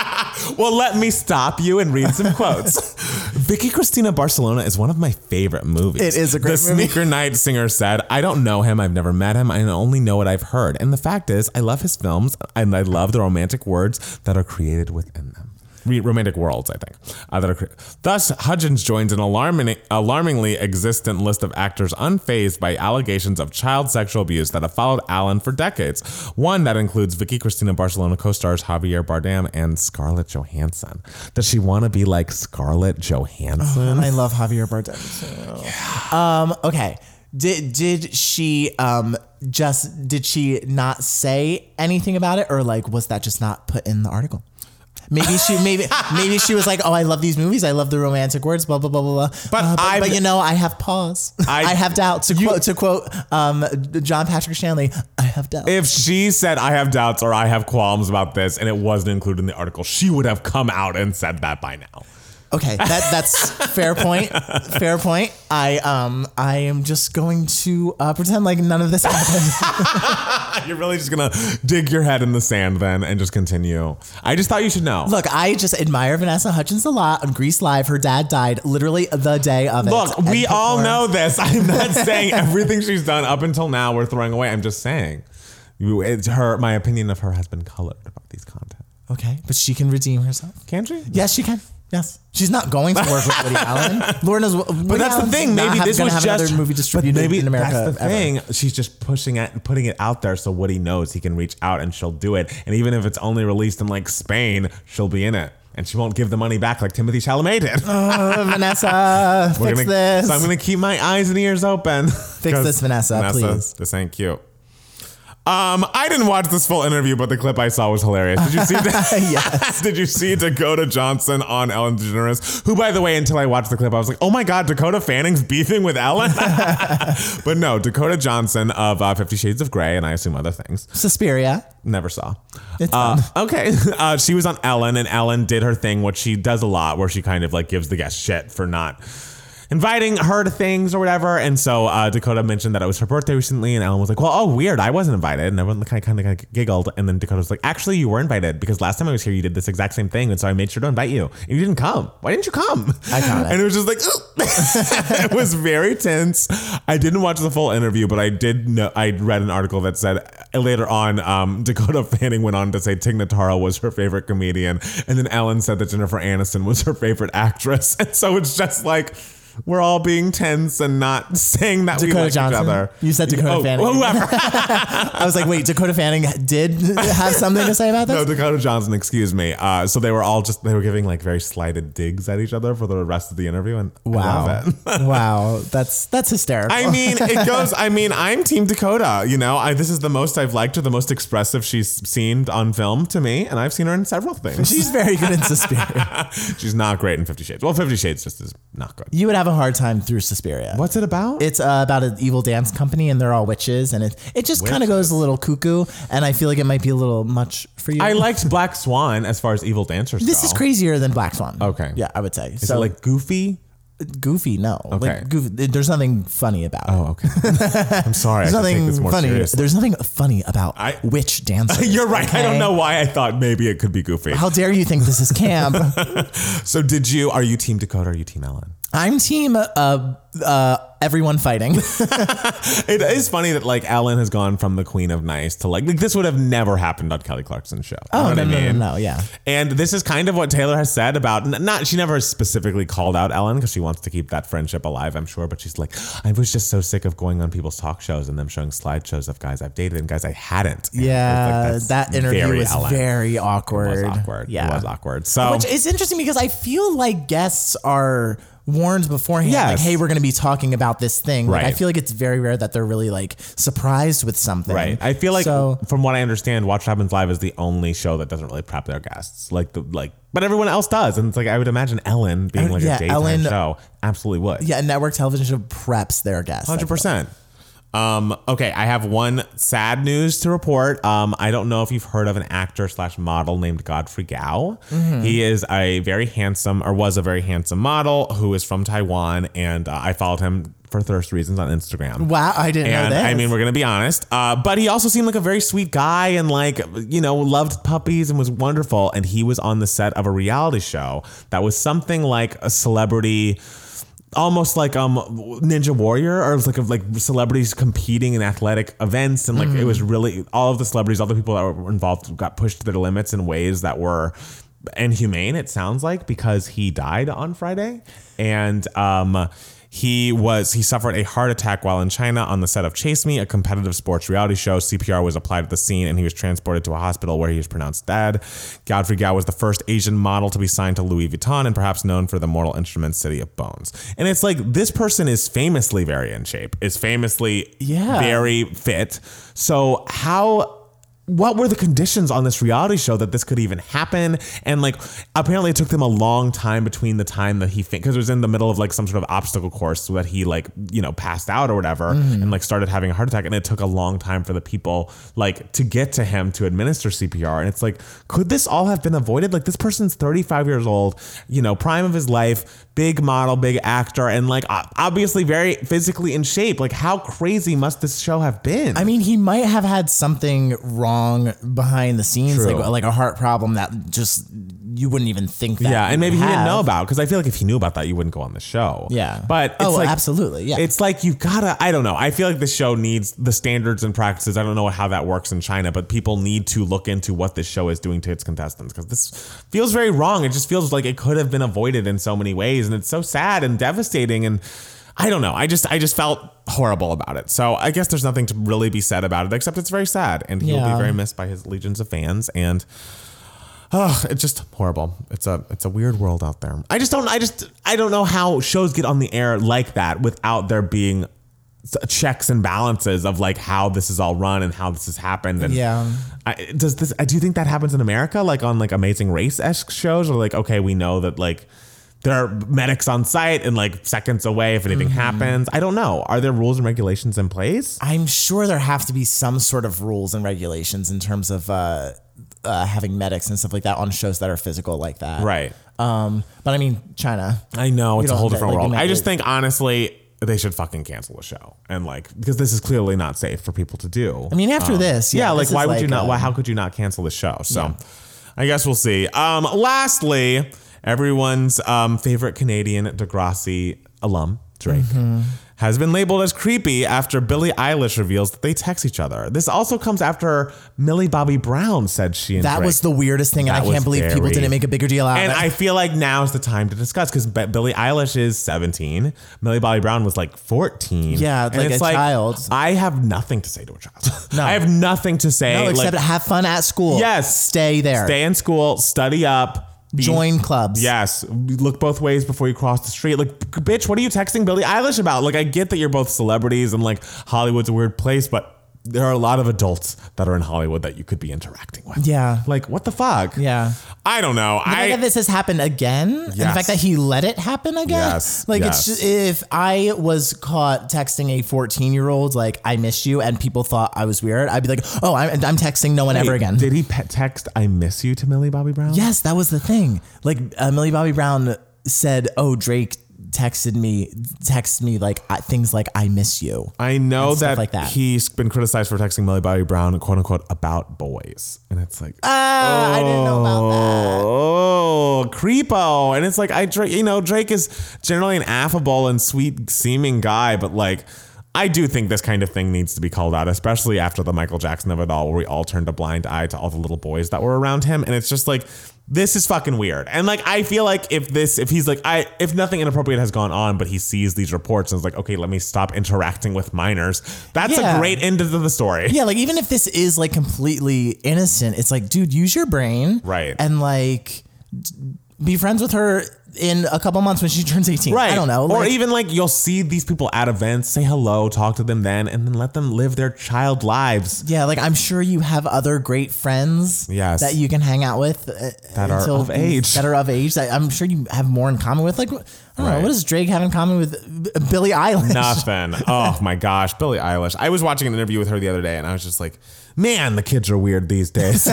[SPEAKER 1] Well, let me stop you and read some quotes. Vicky Cristina Barcelona is one of my favorite movies.
[SPEAKER 2] It is a great
[SPEAKER 1] The
[SPEAKER 2] movie.
[SPEAKER 1] Sneaker Night singer said, I don't know him. I've never met him. I only know what I've heard. And the fact is, I love his films and I love the romantic words that are created within them. Re- romantic worlds, I think. Uh, that are cre- Thus, Hudgens joins an alarming, alarmingly existent list of actors unfazed by allegations of child sexual abuse that have followed Allen for decades. One that includes Vicky Cristina Barcelona co-stars Javier Bardem and Scarlett Johansson. Does she want to be like Scarlett Johansson?
[SPEAKER 2] I love Javier Bardem. So. Um, okay. Did did she um just did she not say anything about it or like was that just not put in the article? Maybe she maybe maybe she was like, "Oh, I love these movies. I love the romantic words, blah blah blah blah blah."
[SPEAKER 1] But
[SPEAKER 2] Uh,
[SPEAKER 1] I've-
[SPEAKER 2] but, you know, I have pause.
[SPEAKER 1] I-
[SPEAKER 2] I, have doubts. To quote to quote um John Patrick Shanley, I have doubts.
[SPEAKER 1] if she said I have doubts or I have qualms about this and it wasn't included in the article, she would have come out and said that by now.
[SPEAKER 2] Okay, that that's fair point. Fair point. I um I am just going to uh, pretend like none of this happened.
[SPEAKER 1] You're really just gonna dig your head in the sand then and just continue. I just thought you should know.
[SPEAKER 2] Look, I just admire Vanessa Hutchins a lot on Grease Live. Her dad died literally the day of it.
[SPEAKER 1] Look,
[SPEAKER 2] And
[SPEAKER 1] we all
[SPEAKER 2] performed.
[SPEAKER 1] know this. I'm not saying everything she's done up until now we're throwing away. I'm just saying, you, it's her. My opinion of her has been colored about these content.
[SPEAKER 2] Okay, but she can redeem herself.
[SPEAKER 1] Can she?
[SPEAKER 2] Yes, she can. Yes, she's not going to work with Woody Allen. Lord knows.
[SPEAKER 1] But that's the thing. Maybe this was just
[SPEAKER 2] another movie
[SPEAKER 1] but
[SPEAKER 2] distributed
[SPEAKER 1] maybe
[SPEAKER 2] in America.
[SPEAKER 1] That's the
[SPEAKER 2] ever.
[SPEAKER 1] thing. She's just pushing it and putting it out there so Woody knows he can reach out and she'll do it. And even if it's only released in like Spain, she'll be in it. And she won't give the money back like Timothy Chalamet did.
[SPEAKER 2] Uh, Vanessa,
[SPEAKER 1] We're
[SPEAKER 2] fix
[SPEAKER 1] gonna-
[SPEAKER 2] this.
[SPEAKER 1] So I'm gonna keep my eyes and ears open. Fix
[SPEAKER 2] this, Vanessa, please.
[SPEAKER 1] This ain't cute. Um, I didn't watch this full interview, but the clip I saw was hilarious. Did you see that?
[SPEAKER 2] Yes.
[SPEAKER 1] Did you see Dakota Johnson on Ellen DeGeneres? Who, by the way, until I watched the clip, I was like, "Oh my God, Dakota Fanning's beefing with Ellen." but no, Dakota Johnson of uh, Fifty Shades of Grey, and I assume other things.
[SPEAKER 2] Suspiria.
[SPEAKER 1] Never saw.
[SPEAKER 2] It's
[SPEAKER 1] Uh, okay. Uh, she was on Ellen, and Ellen did her thing, what she does a lot, where she kind of like gives the guest shit for not inviting her to things or whatever. And so uh, Dakota mentioned that it was her birthday recently, and Ellen was like, "Well, oh, weird, I wasn't invited." And everyone kind of kind of giggled, and then Dakota was like, "Actually, you were invited because last time I was here, you did this exact same thing, and so I made sure to invite you, and you didn't come. Why didn't you come?"
[SPEAKER 2] Iconic.
[SPEAKER 1] And it was just like, "Ooh." it was very tense. I didn't watch the full interview, but I did know I read an article that said uh, later on um, Dakota Fanning went on to say Tig Notaro was her favorite comedian, and then Ellen said that Jennifer Aniston was her favorite actress, and so it's just like. we're all being tense and not saying that we
[SPEAKER 2] Dakota
[SPEAKER 1] like
[SPEAKER 2] Johnson.
[SPEAKER 1] each other.
[SPEAKER 2] You said Dakota
[SPEAKER 1] oh,
[SPEAKER 2] Fanning.
[SPEAKER 1] Whoever.
[SPEAKER 2] I was like, wait, Dakota Fanning did have something to say about this?
[SPEAKER 1] no, Dakota Johnson, excuse me. Uh, so they were all just, they were giving like very slighted digs at each other for the rest of the interview. And I love
[SPEAKER 2] wow,
[SPEAKER 1] it.
[SPEAKER 2] wow, that's that's hysterical.
[SPEAKER 1] I mean, it goes. I mean, I'm Team Dakota. You know, I, this is the most I've liked her, the most expressive she's seemed on film to me, and I've seen her in several things.
[SPEAKER 2] She's very good in Suspiria.
[SPEAKER 1] she's not great in Fifty Shades. Well, Fifty Shades just is not good.
[SPEAKER 2] you would have a hard time through Suspiria.
[SPEAKER 1] What's it about?
[SPEAKER 2] It's uh, about an evil dance company, and they're all witches, and it it just kind of goes a little cuckoo. And I feel like it might be a little much for you.
[SPEAKER 1] I liked Black Swan as far as evil dancers.
[SPEAKER 2] this
[SPEAKER 1] go.
[SPEAKER 2] is crazier than Black Swan.
[SPEAKER 1] Okay.
[SPEAKER 2] yeah, I would say.
[SPEAKER 1] Is it
[SPEAKER 2] so like
[SPEAKER 1] like goofy?
[SPEAKER 2] goofy, no,
[SPEAKER 1] Okay.
[SPEAKER 2] like goofy, there's nothing funny about it.
[SPEAKER 1] Oh, okay. I'm sorry.
[SPEAKER 2] There's
[SPEAKER 1] Oh, I should take
[SPEAKER 2] nothing
[SPEAKER 1] this more
[SPEAKER 2] funny.
[SPEAKER 1] seriously.
[SPEAKER 2] There's nothing funny about
[SPEAKER 1] I-
[SPEAKER 2] witch dancing.
[SPEAKER 1] You're right. I don't know why I thought maybe it could be goofy.
[SPEAKER 2] How dare you think this is camp?
[SPEAKER 1] So, did you? Are you Team Dakota? Or are you Team Ellen?
[SPEAKER 2] I'm team uh, uh, everyone fighting.
[SPEAKER 1] It is funny that like Ellen has gone from the queen of nice to like, like this would have never happened on Kelly Clarkson's show. You know
[SPEAKER 2] Oh
[SPEAKER 1] what
[SPEAKER 2] no,
[SPEAKER 1] I
[SPEAKER 2] no, no,
[SPEAKER 1] mean?
[SPEAKER 2] no, yeah.
[SPEAKER 1] And this is kind of what Taylor has said about n- not she never specifically called out Ellen because she wants to keep that friendship alive, I'm sure. But she's like, I was just so sick of going on people's talk shows and them showing slideshows of guys I've dated and guys I hadn't. And
[SPEAKER 2] Yeah,
[SPEAKER 1] it's like, that's
[SPEAKER 2] that interview
[SPEAKER 1] very
[SPEAKER 2] was
[SPEAKER 1] Ellen.
[SPEAKER 2] very
[SPEAKER 1] It
[SPEAKER 2] awkward.
[SPEAKER 1] was awkward.
[SPEAKER 2] Yeah,
[SPEAKER 1] It was awkward. So
[SPEAKER 2] Which is interesting because I feel like guests are warned beforehand, like,
[SPEAKER 1] Yes.
[SPEAKER 2] hey, we're going to be talking about this thing. Like,
[SPEAKER 1] Right.
[SPEAKER 2] I feel like it's very rare that they're really like surprised with something.
[SPEAKER 1] Right. I feel like
[SPEAKER 2] so.
[SPEAKER 1] from what I understand, Watch What Happens Live is the only show that doesn't really prep their guests. Like the like but everyone else does. And it's like I would imagine Ellen being like
[SPEAKER 2] yeah,
[SPEAKER 1] a daytime
[SPEAKER 2] Ellen-
[SPEAKER 1] show. Absolutely would.
[SPEAKER 2] Yeah, network television show preps their guests. I
[SPEAKER 1] Hundred percent. Um, okay, I have one sad news to report. Um, I don't know if you've heard of an actor slash model named Godfrey Gao.
[SPEAKER 2] Mm-hmm.
[SPEAKER 1] He is a very handsome, or was a very handsome model who is from Taiwan, and uh, I followed him for thirst reasons on Instagram.
[SPEAKER 2] Wow, I didn't
[SPEAKER 1] And
[SPEAKER 2] know that.
[SPEAKER 1] I mean, we're gonna be honest. Uh, but he also seemed like a very sweet guy, and like you know, loved puppies and was wonderful. And he was on the set of a reality show that was something like a celebrity. Almost like um Ninja Warrior, or it was like of like celebrities competing in athletic events, and like it
[SPEAKER 2] Mm-hmm.
[SPEAKER 1] was really all of the celebrities, all the people that were involved, got pushed to their limits in ways that were inhumane. It sounds like because he died on Friday, and um he was he suffered a heart attack while in China on the set of Chase Me, a competitive sports reality show. CPR was applied at the scene, and he was transported to a hospital where he was pronounced dead. Godfrey Gao was the first Asian model to be signed to Louis Vuitton, and perhaps known for the Mortal Instruments City of Bones. And it's like this person is famously very in shape, is famously
[SPEAKER 2] Yeah.
[SPEAKER 1] very fit. So how? What were the conditions on this reality show that this could even happen? And like, apparently, it took them a long time between the time that he because it was in the middle of like some sort of obstacle course, so that he like you know passed out or whatever, and like started having a heart attack. And it took a long time for the people like to get to him to administer CPR. And it's like, could this all have been avoided? Like, this person's 35 years old, you know, prime of his life, big model, big actor, and like o- obviously very physically in shape. Like, how crazy must this show have been?
[SPEAKER 2] I mean, he might have had something wrong behind the scenes,
[SPEAKER 1] True.
[SPEAKER 2] like like a heart problem that just you wouldn't even think that.
[SPEAKER 1] Yeah,
[SPEAKER 2] you
[SPEAKER 1] and maybe he didn't
[SPEAKER 2] have.
[SPEAKER 1] know about because I feel like if he knew about that, you wouldn't go on the show.
[SPEAKER 2] Yeah.
[SPEAKER 1] but it's
[SPEAKER 2] Oh,
[SPEAKER 1] like,
[SPEAKER 2] absolutely, yeah.
[SPEAKER 1] It's like you gotta. I don't know. I feel like the show needs the standards and practices. I don't know how that works in China, but people need to look into what this show is doing to its contestants because this feels very wrong. It just feels like it could have been avoided in so many ways, and it's so sad and devastating. And I don't know. I just I just felt horrible about it. So I guess there's nothing to really be said about it except it's very sad, and he'll
[SPEAKER 2] Yeah.
[SPEAKER 1] be very missed by his legions of fans and. Ugh, it's just horrible. It's a it's a weird world out there. I just don't I just I don't know how shows get on the air like that without there being s- checks and balances of like how this is all run and how this has happened. And
[SPEAKER 2] Yeah.
[SPEAKER 1] I, does this? I Do you think that happens in America, like on like Amazing Race esque shows, or like okay, we know that like there are medics on site and like seconds away if anything happens. I don't know. Are there rules and regulations in place?
[SPEAKER 2] I'm sure there have to be some sort of rules and regulations in terms of uh, uh, having medics and stuff like that on shows that are physical like that.
[SPEAKER 1] Right.
[SPEAKER 2] Um, but I mean, China.
[SPEAKER 1] I know it's a
[SPEAKER 2] don't
[SPEAKER 1] whole
[SPEAKER 2] have to,
[SPEAKER 1] different
[SPEAKER 2] like,
[SPEAKER 1] world.
[SPEAKER 2] make
[SPEAKER 1] I just
[SPEAKER 2] it-
[SPEAKER 1] think honestly they should fucking cancel the show and like because this is clearly not safe for people to do.
[SPEAKER 2] I mean, after this,
[SPEAKER 1] Um,
[SPEAKER 2] yeah,
[SPEAKER 1] yeah, like
[SPEAKER 2] this is
[SPEAKER 1] why would you not?
[SPEAKER 2] uh,
[SPEAKER 1] why how could you not cancel the show? So I guess we'll see. Um, lastly,
[SPEAKER 2] Mm-hmm.
[SPEAKER 1] everyone's um, favorite Canadian Degrassi alum Drake has been labeled as creepy after Billie Eilish reveals that they text each other. This also comes after Millie Bobby Brown said she and
[SPEAKER 2] That
[SPEAKER 1] Drake-
[SPEAKER 2] was the weirdest thing, and
[SPEAKER 1] That
[SPEAKER 2] I can't
[SPEAKER 1] was
[SPEAKER 2] believe people
[SPEAKER 1] very-
[SPEAKER 2] didn't make a bigger deal out
[SPEAKER 1] And
[SPEAKER 2] of it.
[SPEAKER 1] I feel like now's the time to discuss because Be- Billie Eilish is 17. Millie Bobby Brown was like 14.
[SPEAKER 2] Yeah,
[SPEAKER 1] And
[SPEAKER 2] like a child.
[SPEAKER 1] I have nothing to say to a child.
[SPEAKER 2] No.
[SPEAKER 1] I have nothing to say.
[SPEAKER 2] no, except
[SPEAKER 1] like,
[SPEAKER 2] have fun at school.
[SPEAKER 1] Yes.
[SPEAKER 2] Stay there.
[SPEAKER 1] stay in school, study up, be-
[SPEAKER 2] Join clubs.
[SPEAKER 1] Yes, look both ways before you cross the street. Like, bitch, what are you texting Billie Eilish about? Like, I get that you're both celebrities and like Hollywood's a weird place, but there are a lot of adults that are in Hollywood that you could be interacting with.
[SPEAKER 2] Yeah.
[SPEAKER 1] Like, what the fuck?
[SPEAKER 2] Yeah.
[SPEAKER 1] I don't know.
[SPEAKER 2] The fact
[SPEAKER 1] I
[SPEAKER 2] that this has happened again, and the
[SPEAKER 1] Yes.
[SPEAKER 2] fact that he let it happen again,
[SPEAKER 1] Yes,
[SPEAKER 2] like
[SPEAKER 1] yes.
[SPEAKER 2] it's just, if I was caught texting a fourteen-year-old like "I miss you" and people thought I was weird, I'd be like, "Oh, I'm, I'm texting no one ever
[SPEAKER 1] Wait,
[SPEAKER 2] again."
[SPEAKER 1] Did he pe- text "I miss you" to Millie Bobby Brown?
[SPEAKER 2] yes, that was the thing. Like uh, Millie Bobby Brown said, "Oh, Drake texted me, texted me like I, things like I miss you."
[SPEAKER 1] I know
[SPEAKER 2] stuff
[SPEAKER 1] that,
[SPEAKER 2] like that.
[SPEAKER 1] he's been criticized for texting Millie Bobby Brown "quote unquote" about boys, and it's like,
[SPEAKER 2] Ah, I didn't know about that.
[SPEAKER 1] oh, creepo. And it's like I, Drake, you know, Drake is generally an affable and sweet-seeming guy, but like. I do think this kind of thing needs to be called out, especially after the Michael Jackson of it all, where we all turned a blind eye to all the little boys that were around him. And it's just like, this is fucking weird. And like, I feel like if this, if he's like, I, if nothing inappropriate has gone on, but he sees these reports and is like, okay, let me stop interacting with minors, that's a
[SPEAKER 2] Yeah.
[SPEAKER 1] great end to the story.
[SPEAKER 2] Yeah, like even if this is like completely innocent, it's like, dude, use your brain.
[SPEAKER 1] Right.
[SPEAKER 2] And like d- be friends with her in a couple months when she turns 18.
[SPEAKER 1] Right.
[SPEAKER 2] I don't know.
[SPEAKER 1] or e-,
[SPEAKER 2] like-
[SPEAKER 1] even like you'll see these people at events, say hello, talk to them then, and then let them live their child lives.
[SPEAKER 2] yeah, like I'm sure you have other great friends
[SPEAKER 1] Yes.
[SPEAKER 2] that you can hang out with uh,
[SPEAKER 1] That are
[SPEAKER 2] until
[SPEAKER 1] of age.
[SPEAKER 2] That are of age. That I'm sure you have more in common with. Like, I don't know.
[SPEAKER 1] Right.
[SPEAKER 2] What does Drake have in common with B- Billie Eilish?
[SPEAKER 1] Nothing. oh my gosh, Billie Eilish. I was watching an interview with her the other day, and I was just like, man, the kids are weird these days.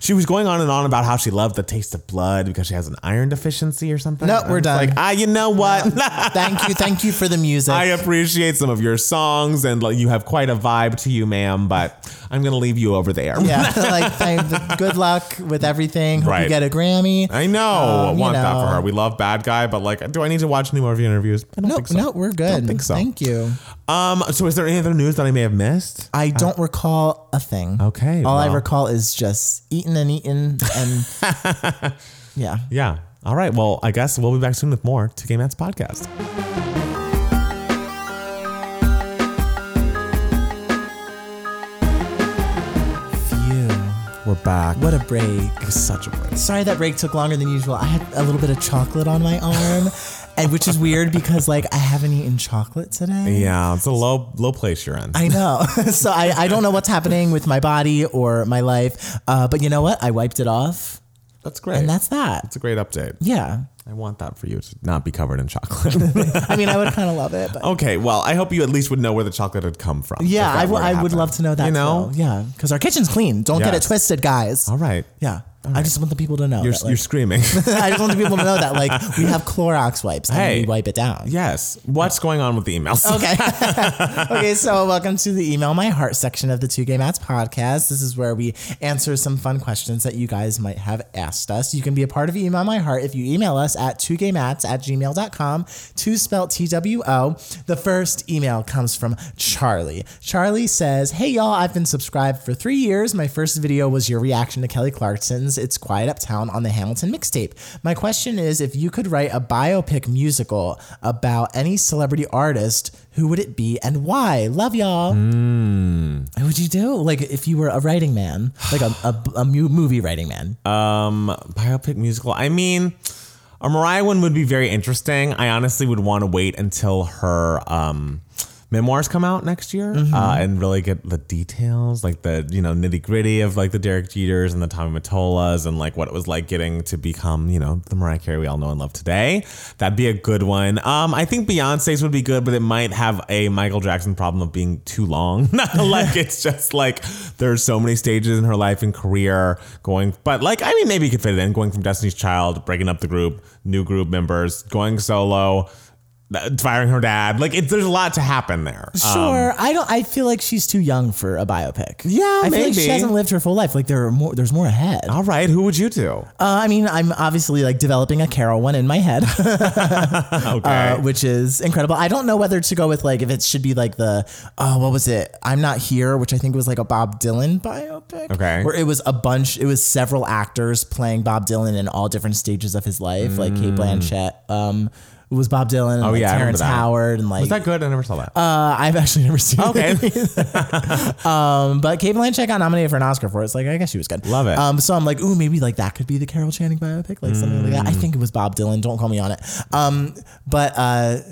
[SPEAKER 1] she was going on and on about how she loved the taste of blood because she has an iron deficiency or something.
[SPEAKER 2] No,
[SPEAKER 1] And
[SPEAKER 2] we're
[SPEAKER 1] I'm just
[SPEAKER 2] done.
[SPEAKER 1] Like, ah, you know what?
[SPEAKER 2] thank you. Thank you for the music.
[SPEAKER 1] I appreciate some of your songs, and like, you have quite a vibe to you, ma'am. But I'm gonna leave you over there.
[SPEAKER 2] yeah. like, thank, good luck with everything. Hope
[SPEAKER 1] Right.
[SPEAKER 2] you get a Grammy.
[SPEAKER 1] I know.
[SPEAKER 2] Um, you
[SPEAKER 1] want that
[SPEAKER 2] know.
[SPEAKER 1] for her. We love bad guy, but like, do I need to watch any more of your interviews? I don't
[SPEAKER 2] No,
[SPEAKER 1] think so.
[SPEAKER 2] no, we're good.
[SPEAKER 1] think so.
[SPEAKER 2] Thank you.
[SPEAKER 1] Um. So, is there any other news that I may have missed?
[SPEAKER 2] I don't recall a thing.
[SPEAKER 1] Uh, Okay,
[SPEAKER 2] All I
[SPEAKER 1] well.
[SPEAKER 2] recall is just eating and eating and yeah.
[SPEAKER 1] Yeah. All right. Well, I guess we'll be back soon with more Two Game Mats podcast.
[SPEAKER 2] Phew.
[SPEAKER 1] We're back.
[SPEAKER 2] What a break.
[SPEAKER 1] It was such a break.
[SPEAKER 2] Sorry that break took longer than usual. I had a little bit of chocolate on my arm, and which is weird because like I haven't eaten chocolate today.
[SPEAKER 1] Yeah, it's a low low place you're in.
[SPEAKER 2] I know. so I, I don't know what's happening with my body or my life. Uh, but you know what? I wiped it off,
[SPEAKER 1] that's great.
[SPEAKER 2] and that's that.
[SPEAKER 1] it's a great update.
[SPEAKER 2] Yeah.
[SPEAKER 1] I want that for you to not be covered in chocolate.
[SPEAKER 2] I mean, I would kind of love it. But
[SPEAKER 1] okay. Well, I hope you at least would know where the chocolate had come from.
[SPEAKER 2] yeah,
[SPEAKER 1] if that
[SPEAKER 2] I, w-
[SPEAKER 1] were to
[SPEAKER 2] I would
[SPEAKER 1] happen.
[SPEAKER 2] love to know that.
[SPEAKER 1] You know.
[SPEAKER 2] too. Yeah. Because our kitchen's clean. Don't get it
[SPEAKER 1] Yes.
[SPEAKER 2] twisted, guys.
[SPEAKER 1] All right.
[SPEAKER 2] Yeah. I just want the people to know.
[SPEAKER 1] You're
[SPEAKER 2] that,
[SPEAKER 1] you're
[SPEAKER 2] like,
[SPEAKER 1] screaming.
[SPEAKER 2] I just want the people to know that like we have Clorox wipes and
[SPEAKER 1] Hey.
[SPEAKER 2] we wipe it down.
[SPEAKER 1] yes. What's going on with the emails?
[SPEAKER 2] Okay. okay, so welcome to the email my heart section of the Two Game Ads podcast. This is where we answer some fun questions that you guys might have asked us. You can be a part of Email My Heart if you email us at two gameats at gmail.com, two spelled T W O. The first email comes from Charlie. Charlie says, Hey y'all, I've been subscribed for three years. My first video was your reaction to Kelly Clarkson's It's Quiet Uptown on the Hamilton mixtape. My question is if you could write a biopic musical about any celebrity artist, who would it be and why? Love y'all.
[SPEAKER 1] Hmm.
[SPEAKER 2] Who would you do? Like if you were a writing man, like a, a, a mu- movie writing man.
[SPEAKER 1] Um. biopic musical. I mean, a Mariah one would be very interesting. I honestly would want to wait until her um, memoirs come out next year uh, and really get the details, like the you know nitty gritty of like the Derek Jeters and the Tommy Mottolas and like what it was like getting to become you know the Mariah Carey we all know and love today. That'd be a good one. Um, I think Beyonce's would be good, but it might have a Michael Jackson problem of being too long. like it's just like there's so many stages in her life and career going, but like I mean maybe you could fit it in going from Destiny's Child, breaking up the group, new group members, going solo uh, firing her dad. Like, it, there's a lot to happen there. Uh,
[SPEAKER 2] Sure, I don't. I feel like she's too young for a biopic.
[SPEAKER 1] Yeah,
[SPEAKER 2] I feel like she
[SPEAKER 1] maybe. Uh-huh.
[SPEAKER 2] hasn't lived her full life. Like there are more. There's more ahead. Uh,
[SPEAKER 1] all right, who would you do?
[SPEAKER 2] I mean, I'm obviously like developing a Carol one in my head,
[SPEAKER 1] Okay.
[SPEAKER 2] uh, which is incredible. I don't know whether to go with like if it should be like the oh what was it? I'm not here, which I think was like a Bob Dylan biopic.
[SPEAKER 1] Okay.
[SPEAKER 2] where it was a bunch. It was several actors playing Bob Dylan in all different stages of his life. Like Kate Blanchett. Um, was Bob Dylan and like,
[SPEAKER 1] Mm. Oh, yeah, I remember
[SPEAKER 2] Terrence
[SPEAKER 1] that.
[SPEAKER 2] Howard and like
[SPEAKER 1] was that good? I never saw that.
[SPEAKER 2] Uh, I've actually never seen
[SPEAKER 1] Okay.
[SPEAKER 2] it. um, but Kate Blanchett got nominated for an Oscar for it. It's like, I guess she was good.
[SPEAKER 1] Love it.
[SPEAKER 2] Um, so I'm like, ooh, maybe like that could be the Carol Channing biopic, like something like that.
[SPEAKER 1] Mm.
[SPEAKER 2] I think it was Bob Dylan. Don't call me on it. Um, but, uh, uh,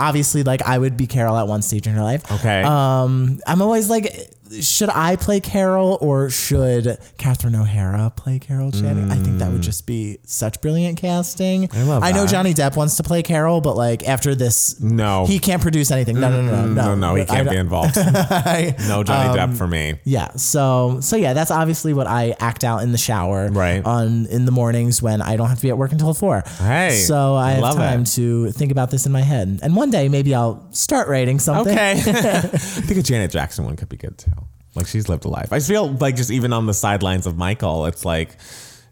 [SPEAKER 2] obviously, like I would be Carol at one stage in her life.
[SPEAKER 1] okay.
[SPEAKER 2] Um, I'm always like, should I play Carol or should Catherine O'Hara play Carol Channing? I think that would just be such brilliant casting. I
[SPEAKER 1] Mm. love
[SPEAKER 2] I know
[SPEAKER 1] that.
[SPEAKER 2] Johnny Depp wants to play Carol, but like after this,
[SPEAKER 1] No. Mm,
[SPEAKER 2] he can't produce anything. No, no, no, no,
[SPEAKER 1] no, Oh, no, he
[SPEAKER 2] But I
[SPEAKER 1] can't be
[SPEAKER 2] don't- Um,
[SPEAKER 1] involved.
[SPEAKER 2] I-
[SPEAKER 1] No Johnny Depp for me.
[SPEAKER 2] yeah. So, so yeah, that's obviously what I act out in the shower,
[SPEAKER 1] Right.
[SPEAKER 2] On in the mornings when I don't have to be at work until four.
[SPEAKER 1] Hey,
[SPEAKER 2] so I have
[SPEAKER 1] love
[SPEAKER 2] time
[SPEAKER 1] it.
[SPEAKER 2] to think about this in my head, and one day maybe I'll start writing something.
[SPEAKER 1] Okay. I think a Janet Jackson one could be good too. Like she's lived a life. I feel like just even on the sidelines of Michael, it's like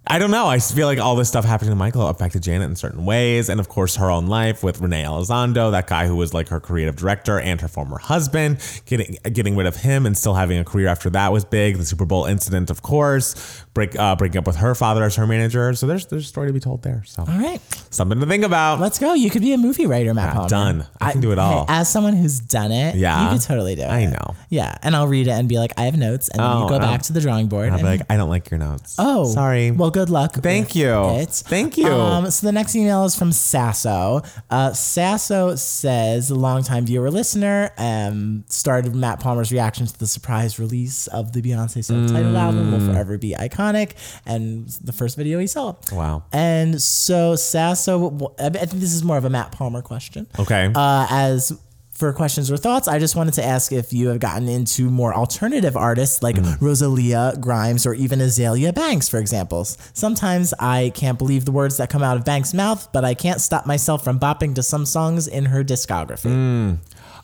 [SPEAKER 1] I don't know. I just feel like all this stuff happening to Michael affected Janet in certain ways, and of course her own life with Renee Elizondo, that guy who was like her creative director and her former husband, getting getting rid of him and still having a career after that was big. The Super Bowl incident, of course, break uh, breaking up with her father as her manager. So there's there's a story to be told there. So
[SPEAKER 2] All right,
[SPEAKER 1] something to think about.
[SPEAKER 2] let's go. You could be a movie writer, Matt. Palmer.
[SPEAKER 1] Ah, done. I can do it
[SPEAKER 2] hey,
[SPEAKER 1] all.
[SPEAKER 2] as someone who's done it,
[SPEAKER 1] Yeah.
[SPEAKER 2] you could totally do it.
[SPEAKER 1] I know.
[SPEAKER 2] Yeah, and I'll read it and be like, I have notes, and then
[SPEAKER 1] Oh,
[SPEAKER 2] you go
[SPEAKER 1] oh.
[SPEAKER 2] back to the drawing board.
[SPEAKER 1] I'll
[SPEAKER 2] and
[SPEAKER 1] be like, I don't like your notes.
[SPEAKER 2] Oh,
[SPEAKER 1] sorry.
[SPEAKER 2] Well, good luck.
[SPEAKER 1] Thank
[SPEAKER 2] with
[SPEAKER 1] you.
[SPEAKER 2] it.
[SPEAKER 1] Thank you.
[SPEAKER 2] Um, so the next email is from Sasso. Uh, Sasso says, longtime viewer listener, um, started Matt Palmer's reaction to the surprise release of the Beyonce self-titled
[SPEAKER 1] Mm.
[SPEAKER 2] album will forever be iconic, and the first video he saw.
[SPEAKER 1] Wow.
[SPEAKER 2] And so Sasso, I think this is more of a Matt Palmer question.
[SPEAKER 1] Okay.
[SPEAKER 2] Uh, as for questions or thoughts, I just wanted to ask if you have gotten into more alternative artists like
[SPEAKER 1] Mm.
[SPEAKER 2] Rosalia Grimes or even Azalea Banks, for example. Sometimes I can't believe the words that come out of Banks' mouth, but I can't stop myself from bopping to some songs in her discography.
[SPEAKER 1] Mm.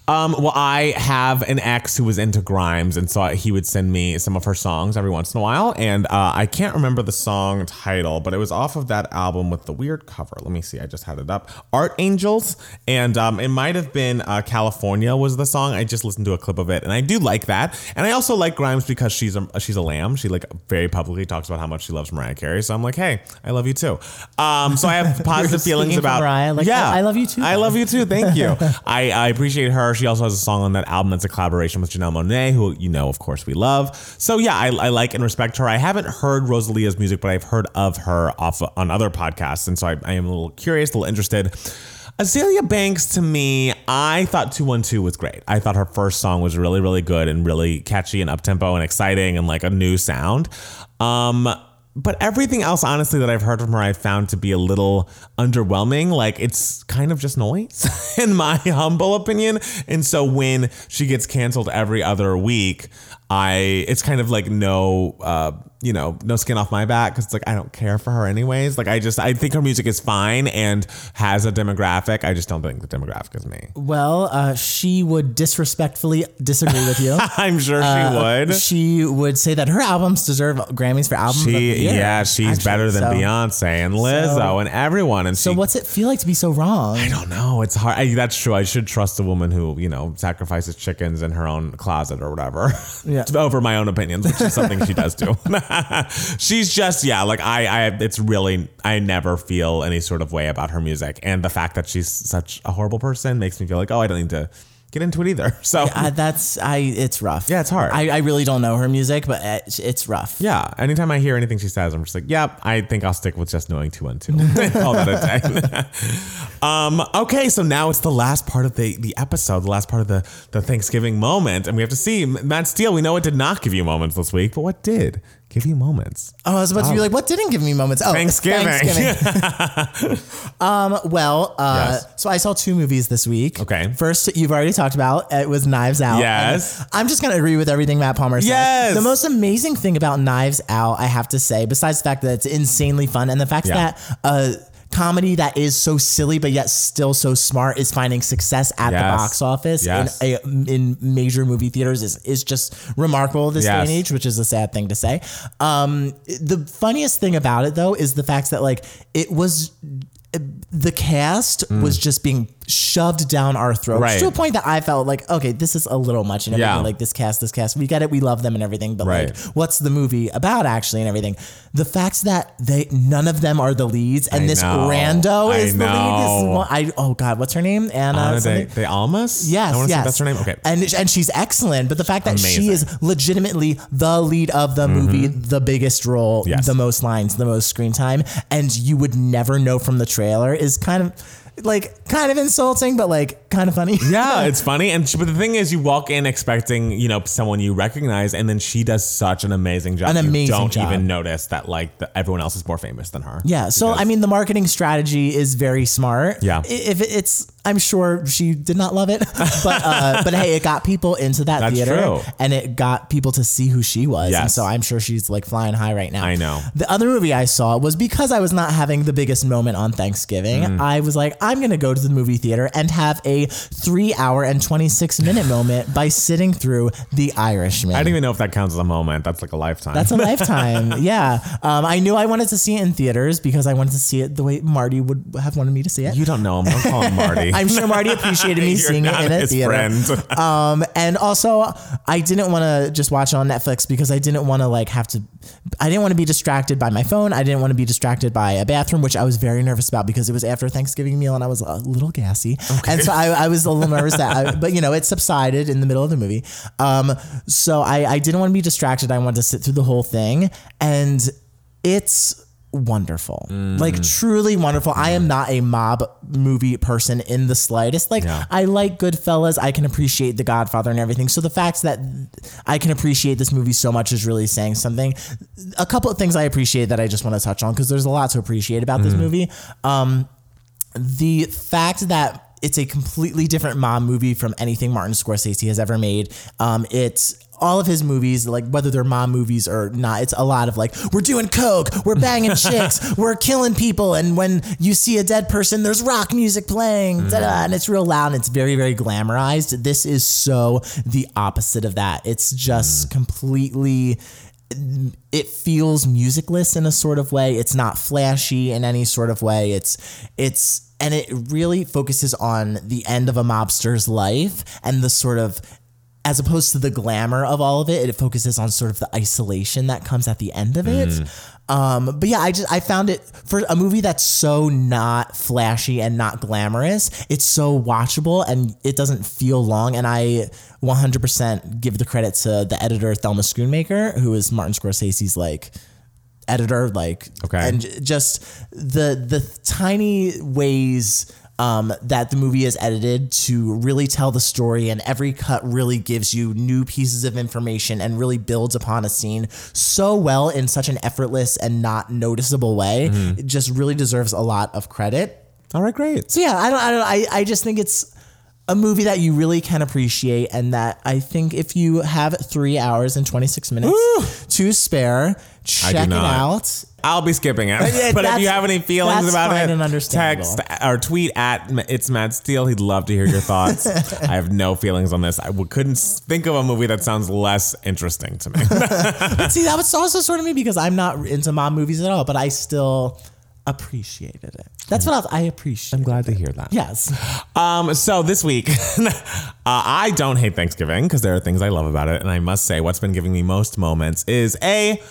[SPEAKER 1] Um, well, I have an ex who was into Grimes, and so he would send me some of her songs every once in a while. And uh, I can't remember the song title, but it was off of that album with the weird cover. Let me see. I just had it up. Art Angels, and um, it might have been uh, California was the song. I just listened to a clip of it, and I do like that. And I also like Grimes because she's a she's a lamb. She like very publicly talks about how much she loves Mariah Carey. So I'm like, hey, I love you too. Um, so I have positive feelings
[SPEAKER 2] speaking for
[SPEAKER 1] about
[SPEAKER 2] Mariah, like, I- I love you too,
[SPEAKER 1] I love you too. Thank you. I, I appreciate her. She also has a song on that album that's a collaboration with Janelle Monet, who you know, of course, we love. So yeah, I, I like and respect her. I haven't heard Rosalia's music, but I've heard of her off on other podcasts, and so I, I am a little curious, a little interested. Azalea Banks, to me, I thought 212 was great. I thought her first song was really, really good and really catchy and up tempo and exciting and like a new sound. Um, but everything else, honestly, that I've heard from her, I've found to be a little underwhelming. Like it's kind of just noise, in my humble opinion. And so when she gets canceled every other week, I it's kind of like no, uh, you know, no skin off my back because it's like I don't care for her anyways. Like I just I think her music is fine and has a demographic. I just don't think the demographic is me.
[SPEAKER 2] Well, uh, she would disrespectfully disagree with you.
[SPEAKER 1] I'm sure she would.
[SPEAKER 2] Uh, She would say that her albums deserve Grammys for albums. of the
[SPEAKER 1] She,
[SPEAKER 2] year,
[SPEAKER 1] yeah, she's
[SPEAKER 2] actually.
[SPEAKER 1] better than
[SPEAKER 2] So-
[SPEAKER 1] Beyonce and Lizzo and everyone. And
[SPEAKER 2] So
[SPEAKER 1] she
[SPEAKER 2] what's it feel like to be so wrong?
[SPEAKER 1] I don't know. It's hard. I, that's true. I should trust a woman who, you know, sacrifices chickens in her own closet or whatever
[SPEAKER 2] Yeah.
[SPEAKER 1] over my own opinions, which is something she does do. She's just, yeah, like I, I, it's really, I never feel any sort of way about her music. And the fact that she's such a horrible person makes me feel like, oh, I don't need to get into it either. So, yeah,
[SPEAKER 2] Uh, that's I. It's rough.
[SPEAKER 1] Yeah, it's hard.
[SPEAKER 2] I, I really don't know her music, but it's, it's rough.
[SPEAKER 1] anytime I hear anything she says, I'm just like, yep, I think I'll stick with just knowing 212. Call that a day. Um, okay, so now it's the last part of the, the episode, the last part of the, the Thanksgiving moment, and we have to see Matt Steele. We know it did not give you moments this week, but what did give you moments?
[SPEAKER 2] Oh, I was about to be like, what didn't give me moments? Oh,
[SPEAKER 1] Thanksgiving.
[SPEAKER 2] um, well, uh,
[SPEAKER 1] Yes.
[SPEAKER 2] so I saw two movies this week.
[SPEAKER 1] Okay.
[SPEAKER 2] First, you've already talked about it was Knives Out.
[SPEAKER 1] Yes.
[SPEAKER 2] And I'm just gonna agree with everything Matt Palmer said.
[SPEAKER 1] Yes.
[SPEAKER 2] The most amazing thing about Knives Out, I have to say, besides the fact that it's insanely fun and the fact
[SPEAKER 1] Yeah.
[SPEAKER 2] that. Uh, comedy that is so silly but yet still so smart is finding success at the
[SPEAKER 1] Yes.
[SPEAKER 2] box office
[SPEAKER 1] Yes.
[SPEAKER 2] in, a, in major movie theaters is, is just remarkable this day
[SPEAKER 1] Yes.
[SPEAKER 2] and age, which is a sad thing to say. Um, the funniest thing about it though is the fact that like it was the cast was just being shoved down our throats
[SPEAKER 1] Mm. Right.
[SPEAKER 2] to a point that I felt like, okay, this is a little much and everything.
[SPEAKER 1] Yeah.
[SPEAKER 2] Like this cast, this cast, we get it, we love them and everything, but like,
[SPEAKER 1] Right.
[SPEAKER 2] what's the movie about actually and everything? The fact that they none of them are the leads, and
[SPEAKER 1] I
[SPEAKER 2] this
[SPEAKER 1] know.
[SPEAKER 2] rando
[SPEAKER 1] I
[SPEAKER 2] is the lead. This is
[SPEAKER 1] know.
[SPEAKER 2] one, I oh god, what's her name? Anna.
[SPEAKER 1] Ana
[SPEAKER 2] something?
[SPEAKER 1] de, de Almas?
[SPEAKER 2] Yes,
[SPEAKER 1] I wanna say
[SPEAKER 2] yes.
[SPEAKER 1] that's her name. Okay.
[SPEAKER 2] And and she's excellent, but the fact that she
[SPEAKER 1] Amazing. Mm-hmm.
[SPEAKER 2] is legitimately the lead of the movie, the biggest role,
[SPEAKER 1] Yes.
[SPEAKER 2] the most lines, the most screen time, and you would never know from the trailer is kind of like kind of insulting, but like kind of funny.
[SPEAKER 1] Yeah, it's funny. And she, but the thing is, you walk in expecting you know someone you recognize, and then she does such an amazing job.
[SPEAKER 2] An amazing
[SPEAKER 1] you don't
[SPEAKER 2] job.
[SPEAKER 1] even notice that like the, everyone else is more famous than her.
[SPEAKER 2] Yeah, so
[SPEAKER 1] Because-
[SPEAKER 2] I mean, the marketing strategy is very smart.
[SPEAKER 1] Yeah.
[SPEAKER 2] I- if it- it's, I'm sure she did not love it, but uh, but hey, it got people into that
[SPEAKER 1] That's
[SPEAKER 2] theater,
[SPEAKER 1] true.
[SPEAKER 2] and it got people to see who she was. And
[SPEAKER 1] Yes.
[SPEAKER 2] so I'm sure she's like flying high right now.
[SPEAKER 1] I know.
[SPEAKER 2] The other movie I saw was because I was not having the biggest moment on Thanksgiving.
[SPEAKER 1] Mm.
[SPEAKER 2] I was like, I'm gonna go to the movie theater and have a three hour and 26 minute moment by sitting through The Irishman.
[SPEAKER 1] I don't even know if that counts as a moment. That's like a lifetime.
[SPEAKER 2] That's a lifetime. yeah. Um, I knew I wanted to see it in theaters because I wanted to see it the way Marty would have wanted me to see it.
[SPEAKER 1] you don't know him. Don't call him Marty.
[SPEAKER 2] I'm sure Marty appreciated me
[SPEAKER 1] You're
[SPEAKER 2] seeing it
[SPEAKER 1] not
[SPEAKER 2] in a
[SPEAKER 1] his
[SPEAKER 2] theater.
[SPEAKER 1] friend.
[SPEAKER 2] Um, and also, I didn't want to just watch it on Netflix because I didn't want to like have to. I didn't want to be distracted by my phone. I didn't want to be distracted by a bathroom, which I was very nervous about because it was after a Thanksgiving meal and I was a little gassy, and so I, I was a little nervous that. I, but you know, it subsided in the middle of the movie. Um, so I, I didn't want to be distracted. I wanted to sit through the whole thing, and it's wonderful like truly wonderful i am not a mob movie person in the slightest like
[SPEAKER 1] Yeah.
[SPEAKER 2] i like goodfellas i can appreciate the godfather and everything so the fact that i can appreciate this movie so much is really saying something a couple of things i appreciate that i just want to touch on because there's a lot to appreciate about this movie um the fact that it's a completely different mom movie from anything Martin Scorsese has ever made. Um, it's all of his movies, like whether they're mom movies or not, it's a lot of like, we're doing coke, we're banging chicks, we're killing people. And when you see a dead person, there's rock music playing, da-da, and it's real loud and it's very, very glamorized. This is so the opposite of that. It's just completely it feels musicless in a sort of way. It's not flashy in any sort of way. It's it's and it really focuses on the end of a mobster's life and the sort of as opposed to the glamour of all of it, it focuses on sort of the isolation that comes at the end of it. Um, but yeah, I just I found it for a movie that's so not flashy and not glamorous. It's so watchable and it doesn't feel long. And I 100% give the credit to the editor Thelma Schoonmaker, who is Martin Scorsese's like editor, like
[SPEAKER 1] Okay.
[SPEAKER 2] and j- just the the tiny ways. Um, that the movie is edited to really tell the story, and every cut really gives you new pieces of information and really builds upon a scene so well in such an effortless and not noticeable way.
[SPEAKER 1] Mm-hmm.
[SPEAKER 2] It just really deserves a lot of credit.
[SPEAKER 1] All right, great.
[SPEAKER 2] So yeah, I don't, I don't, I, I just think it's a movie that you really can appreciate, and that I think if you have three hours and twenty six minutes to spare, check it
[SPEAKER 1] not.
[SPEAKER 2] out.
[SPEAKER 1] I'll be skipping it.
[SPEAKER 2] yeah,
[SPEAKER 1] but if you
[SPEAKER 2] that's-
[SPEAKER 1] have any feelings
[SPEAKER 2] that's
[SPEAKER 1] about
[SPEAKER 2] fine
[SPEAKER 1] it,
[SPEAKER 2] and understandable.
[SPEAKER 1] text or tweet at M- it's Matt Steele. He'd love to hear your thoughts. I have no feelings on this. I w- couldn't s- think of a movie that sounds less interesting to me.
[SPEAKER 2] See, that was also sort of me because I'm not into mom movies at all, but I still appreciated it. That's what I, I appreciate.
[SPEAKER 1] glad to hear that.
[SPEAKER 2] Yes.
[SPEAKER 1] Um, so this week, uh, I don't hate Thanksgiving because there are things I love about it, and I must say, what's been giving me most moments is a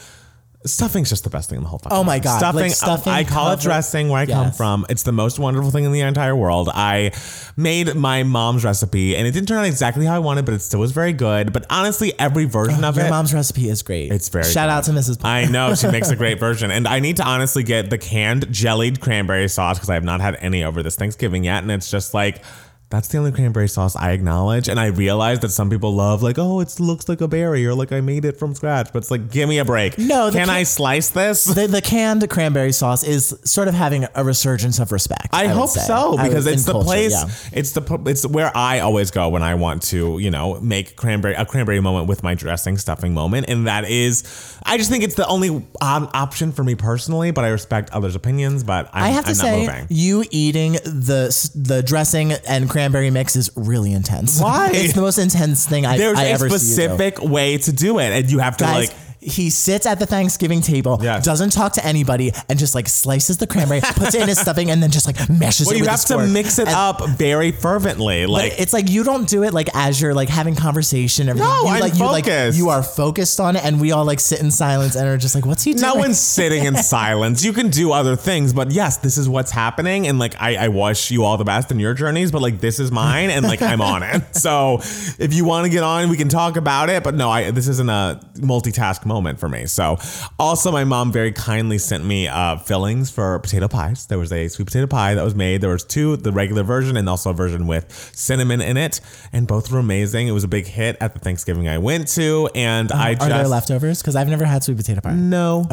[SPEAKER 1] stuffing's just the best thing in the whole fucking.
[SPEAKER 2] Oh my
[SPEAKER 1] world.
[SPEAKER 2] God,
[SPEAKER 1] stuffing!
[SPEAKER 2] like stuffing,
[SPEAKER 1] I call
[SPEAKER 2] cover-
[SPEAKER 1] it dressing where I come
[SPEAKER 2] Yes.
[SPEAKER 1] from. It's the most wonderful thing in the entire world. I made my mom's recipe, and it didn't turn out exactly how I wanted, but it still was very good. But honestly, every version of
[SPEAKER 2] Your
[SPEAKER 1] it.
[SPEAKER 2] mom's recipe is great.
[SPEAKER 1] It's very
[SPEAKER 2] Shout out to Mrs.
[SPEAKER 1] I know she makes a great version, and I need to honestly get the canned jellied cranberry sauce because I have not had any over this Thanksgiving yet, and it's just like That's the only cranberry sauce I acknowledge. And I realize that some people love, like, oh, it looks like a berry or like I made it from scratch. But it's like, give me a break.
[SPEAKER 2] No, the
[SPEAKER 1] Can
[SPEAKER 2] ca-
[SPEAKER 1] I slice this?
[SPEAKER 2] The, the canned cranberry sauce is sort of having a resurgence of respect.
[SPEAKER 1] I,
[SPEAKER 2] would
[SPEAKER 1] hope
[SPEAKER 2] say.
[SPEAKER 1] so
[SPEAKER 2] I
[SPEAKER 1] because
[SPEAKER 2] would-
[SPEAKER 1] it's
[SPEAKER 2] in
[SPEAKER 1] the
[SPEAKER 2] culture,
[SPEAKER 1] place.
[SPEAKER 2] yeah.
[SPEAKER 1] It's the pu- it's where I always go when I want to, you know, make cranberry a cranberry moment with my dressing stuffing moment, and that is, I just think it's the only um, option for me personally. But I respect others' opinions. But I'm,
[SPEAKER 2] I have to
[SPEAKER 1] am
[SPEAKER 2] say,
[SPEAKER 1] not moving.
[SPEAKER 2] you eating the the dressing and cranberry mix is really intense.
[SPEAKER 1] Why?
[SPEAKER 2] it's the most intense thing I've
[SPEAKER 1] There's
[SPEAKER 2] I
[SPEAKER 1] a
[SPEAKER 2] ever seen.
[SPEAKER 1] specific way to do it, and you have to
[SPEAKER 2] Guys,
[SPEAKER 1] like.
[SPEAKER 2] he sits at the Thanksgiving table,
[SPEAKER 1] Yes.
[SPEAKER 2] doesn't talk to anybody, and just like slices the cranberry, puts it in his stuffing, and then just like mashes
[SPEAKER 1] Well,
[SPEAKER 2] it
[SPEAKER 1] you
[SPEAKER 2] with a
[SPEAKER 1] have to
[SPEAKER 2] fork.
[SPEAKER 1] mix it
[SPEAKER 2] And-
[SPEAKER 1] up very fervently, like.
[SPEAKER 2] It's like you don't do it like as you're like having conversation. Everything.
[SPEAKER 1] No,
[SPEAKER 2] you,
[SPEAKER 1] I'm
[SPEAKER 2] like, You, like,
[SPEAKER 1] focused.
[SPEAKER 2] you are focused on it, and we all like sit in silence and are just like, "What's he doing?"
[SPEAKER 1] no one's sitting in silence. You can do other things, but yes, this is what's happening. And like, I, I wish you all the best in your journeys, but like, this is mine and like, I'm on it. So if you want to get on, we can talk about it. But no, I, this isn't a multitask moment for me. So also, my mom very kindly sent me uh, fillings for potato pies. There was a sweet potato pie that was made. There was two, the regular version and also a version with cinnamon in it. And both were amazing. It was a big hit at the Thanksgiving I went to. And I
[SPEAKER 2] Uh-huh. Are there
[SPEAKER 1] just.
[SPEAKER 2] leftovers? Because I've never had sweet potato pie.
[SPEAKER 1] no.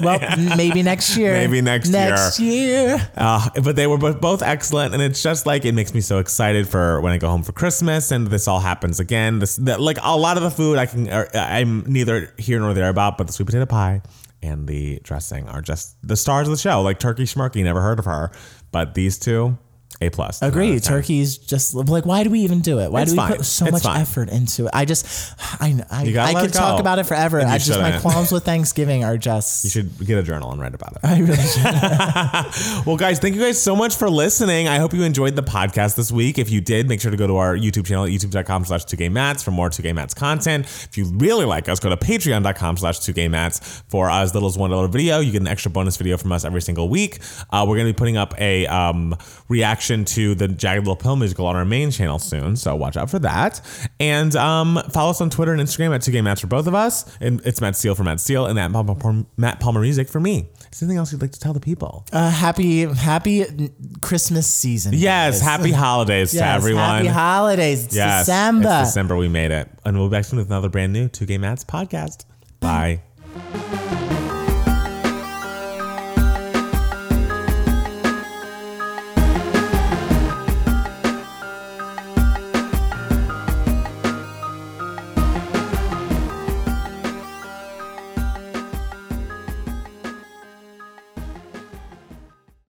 [SPEAKER 2] Well, m- maybe next year.
[SPEAKER 1] Maybe next
[SPEAKER 2] Next year.
[SPEAKER 1] Uh, but they were bo- both excellent, and it's just like it makes me so excited for when I go home for Christmas, and this all happens again. This that, like a lot of the food I can or, I'm neither here nor there about, but the sweet potato pie and the dressing are just the stars of the show. Like Turkey Schmirky, never heard of her, but these two, a plus.
[SPEAKER 2] Agreed. Turkey's just like, why do we even do it? Why
[SPEAKER 1] It's
[SPEAKER 2] do we
[SPEAKER 1] fine.
[SPEAKER 2] put so
[SPEAKER 1] It's
[SPEAKER 2] much
[SPEAKER 1] fine.
[SPEAKER 2] effort into it? I just, I, kn- I,
[SPEAKER 1] gotta
[SPEAKER 2] I
[SPEAKER 1] let
[SPEAKER 2] could
[SPEAKER 1] go.
[SPEAKER 2] talk about it forever. I just my
[SPEAKER 1] shouldn't.
[SPEAKER 2] qualms with Thanksgiving are just.
[SPEAKER 1] You should get a journal and write about it.
[SPEAKER 2] I really should.
[SPEAKER 1] Well, guys, thank you guys so much for listening. I hope you enjoyed the podcast this week. If you did, make sure to go to our YouTube channel at youtube.com slash 2gaymats for more 2gaymats content. If you really like us, go to patreon.com slash 2gaymats for as little as $1 video. You get an extra bonus video from us every single week. Uh, we're going to be putting up a um, reaction to the Jagged Little Pill musical on our main channel soon, so watch out for that. And um, follow us on Twitter and Instagram at 2gaymats for both of us. And it's Matt Steele for Matt Steele and at Matt Palmer Music for me. Is there anything else you'd like to tell the people?
[SPEAKER 2] Uh, happy, happy n- Christmas season.
[SPEAKER 1] Yes,
[SPEAKER 2] guys.
[SPEAKER 1] happy holidays to
[SPEAKER 2] Yes,
[SPEAKER 1] everyone.
[SPEAKER 2] Happy holidays. It's
[SPEAKER 1] yes,
[SPEAKER 2] December.
[SPEAKER 1] It's December. We made it. And we'll be back soon with another brand new Two Gay Mats podcast. Bye.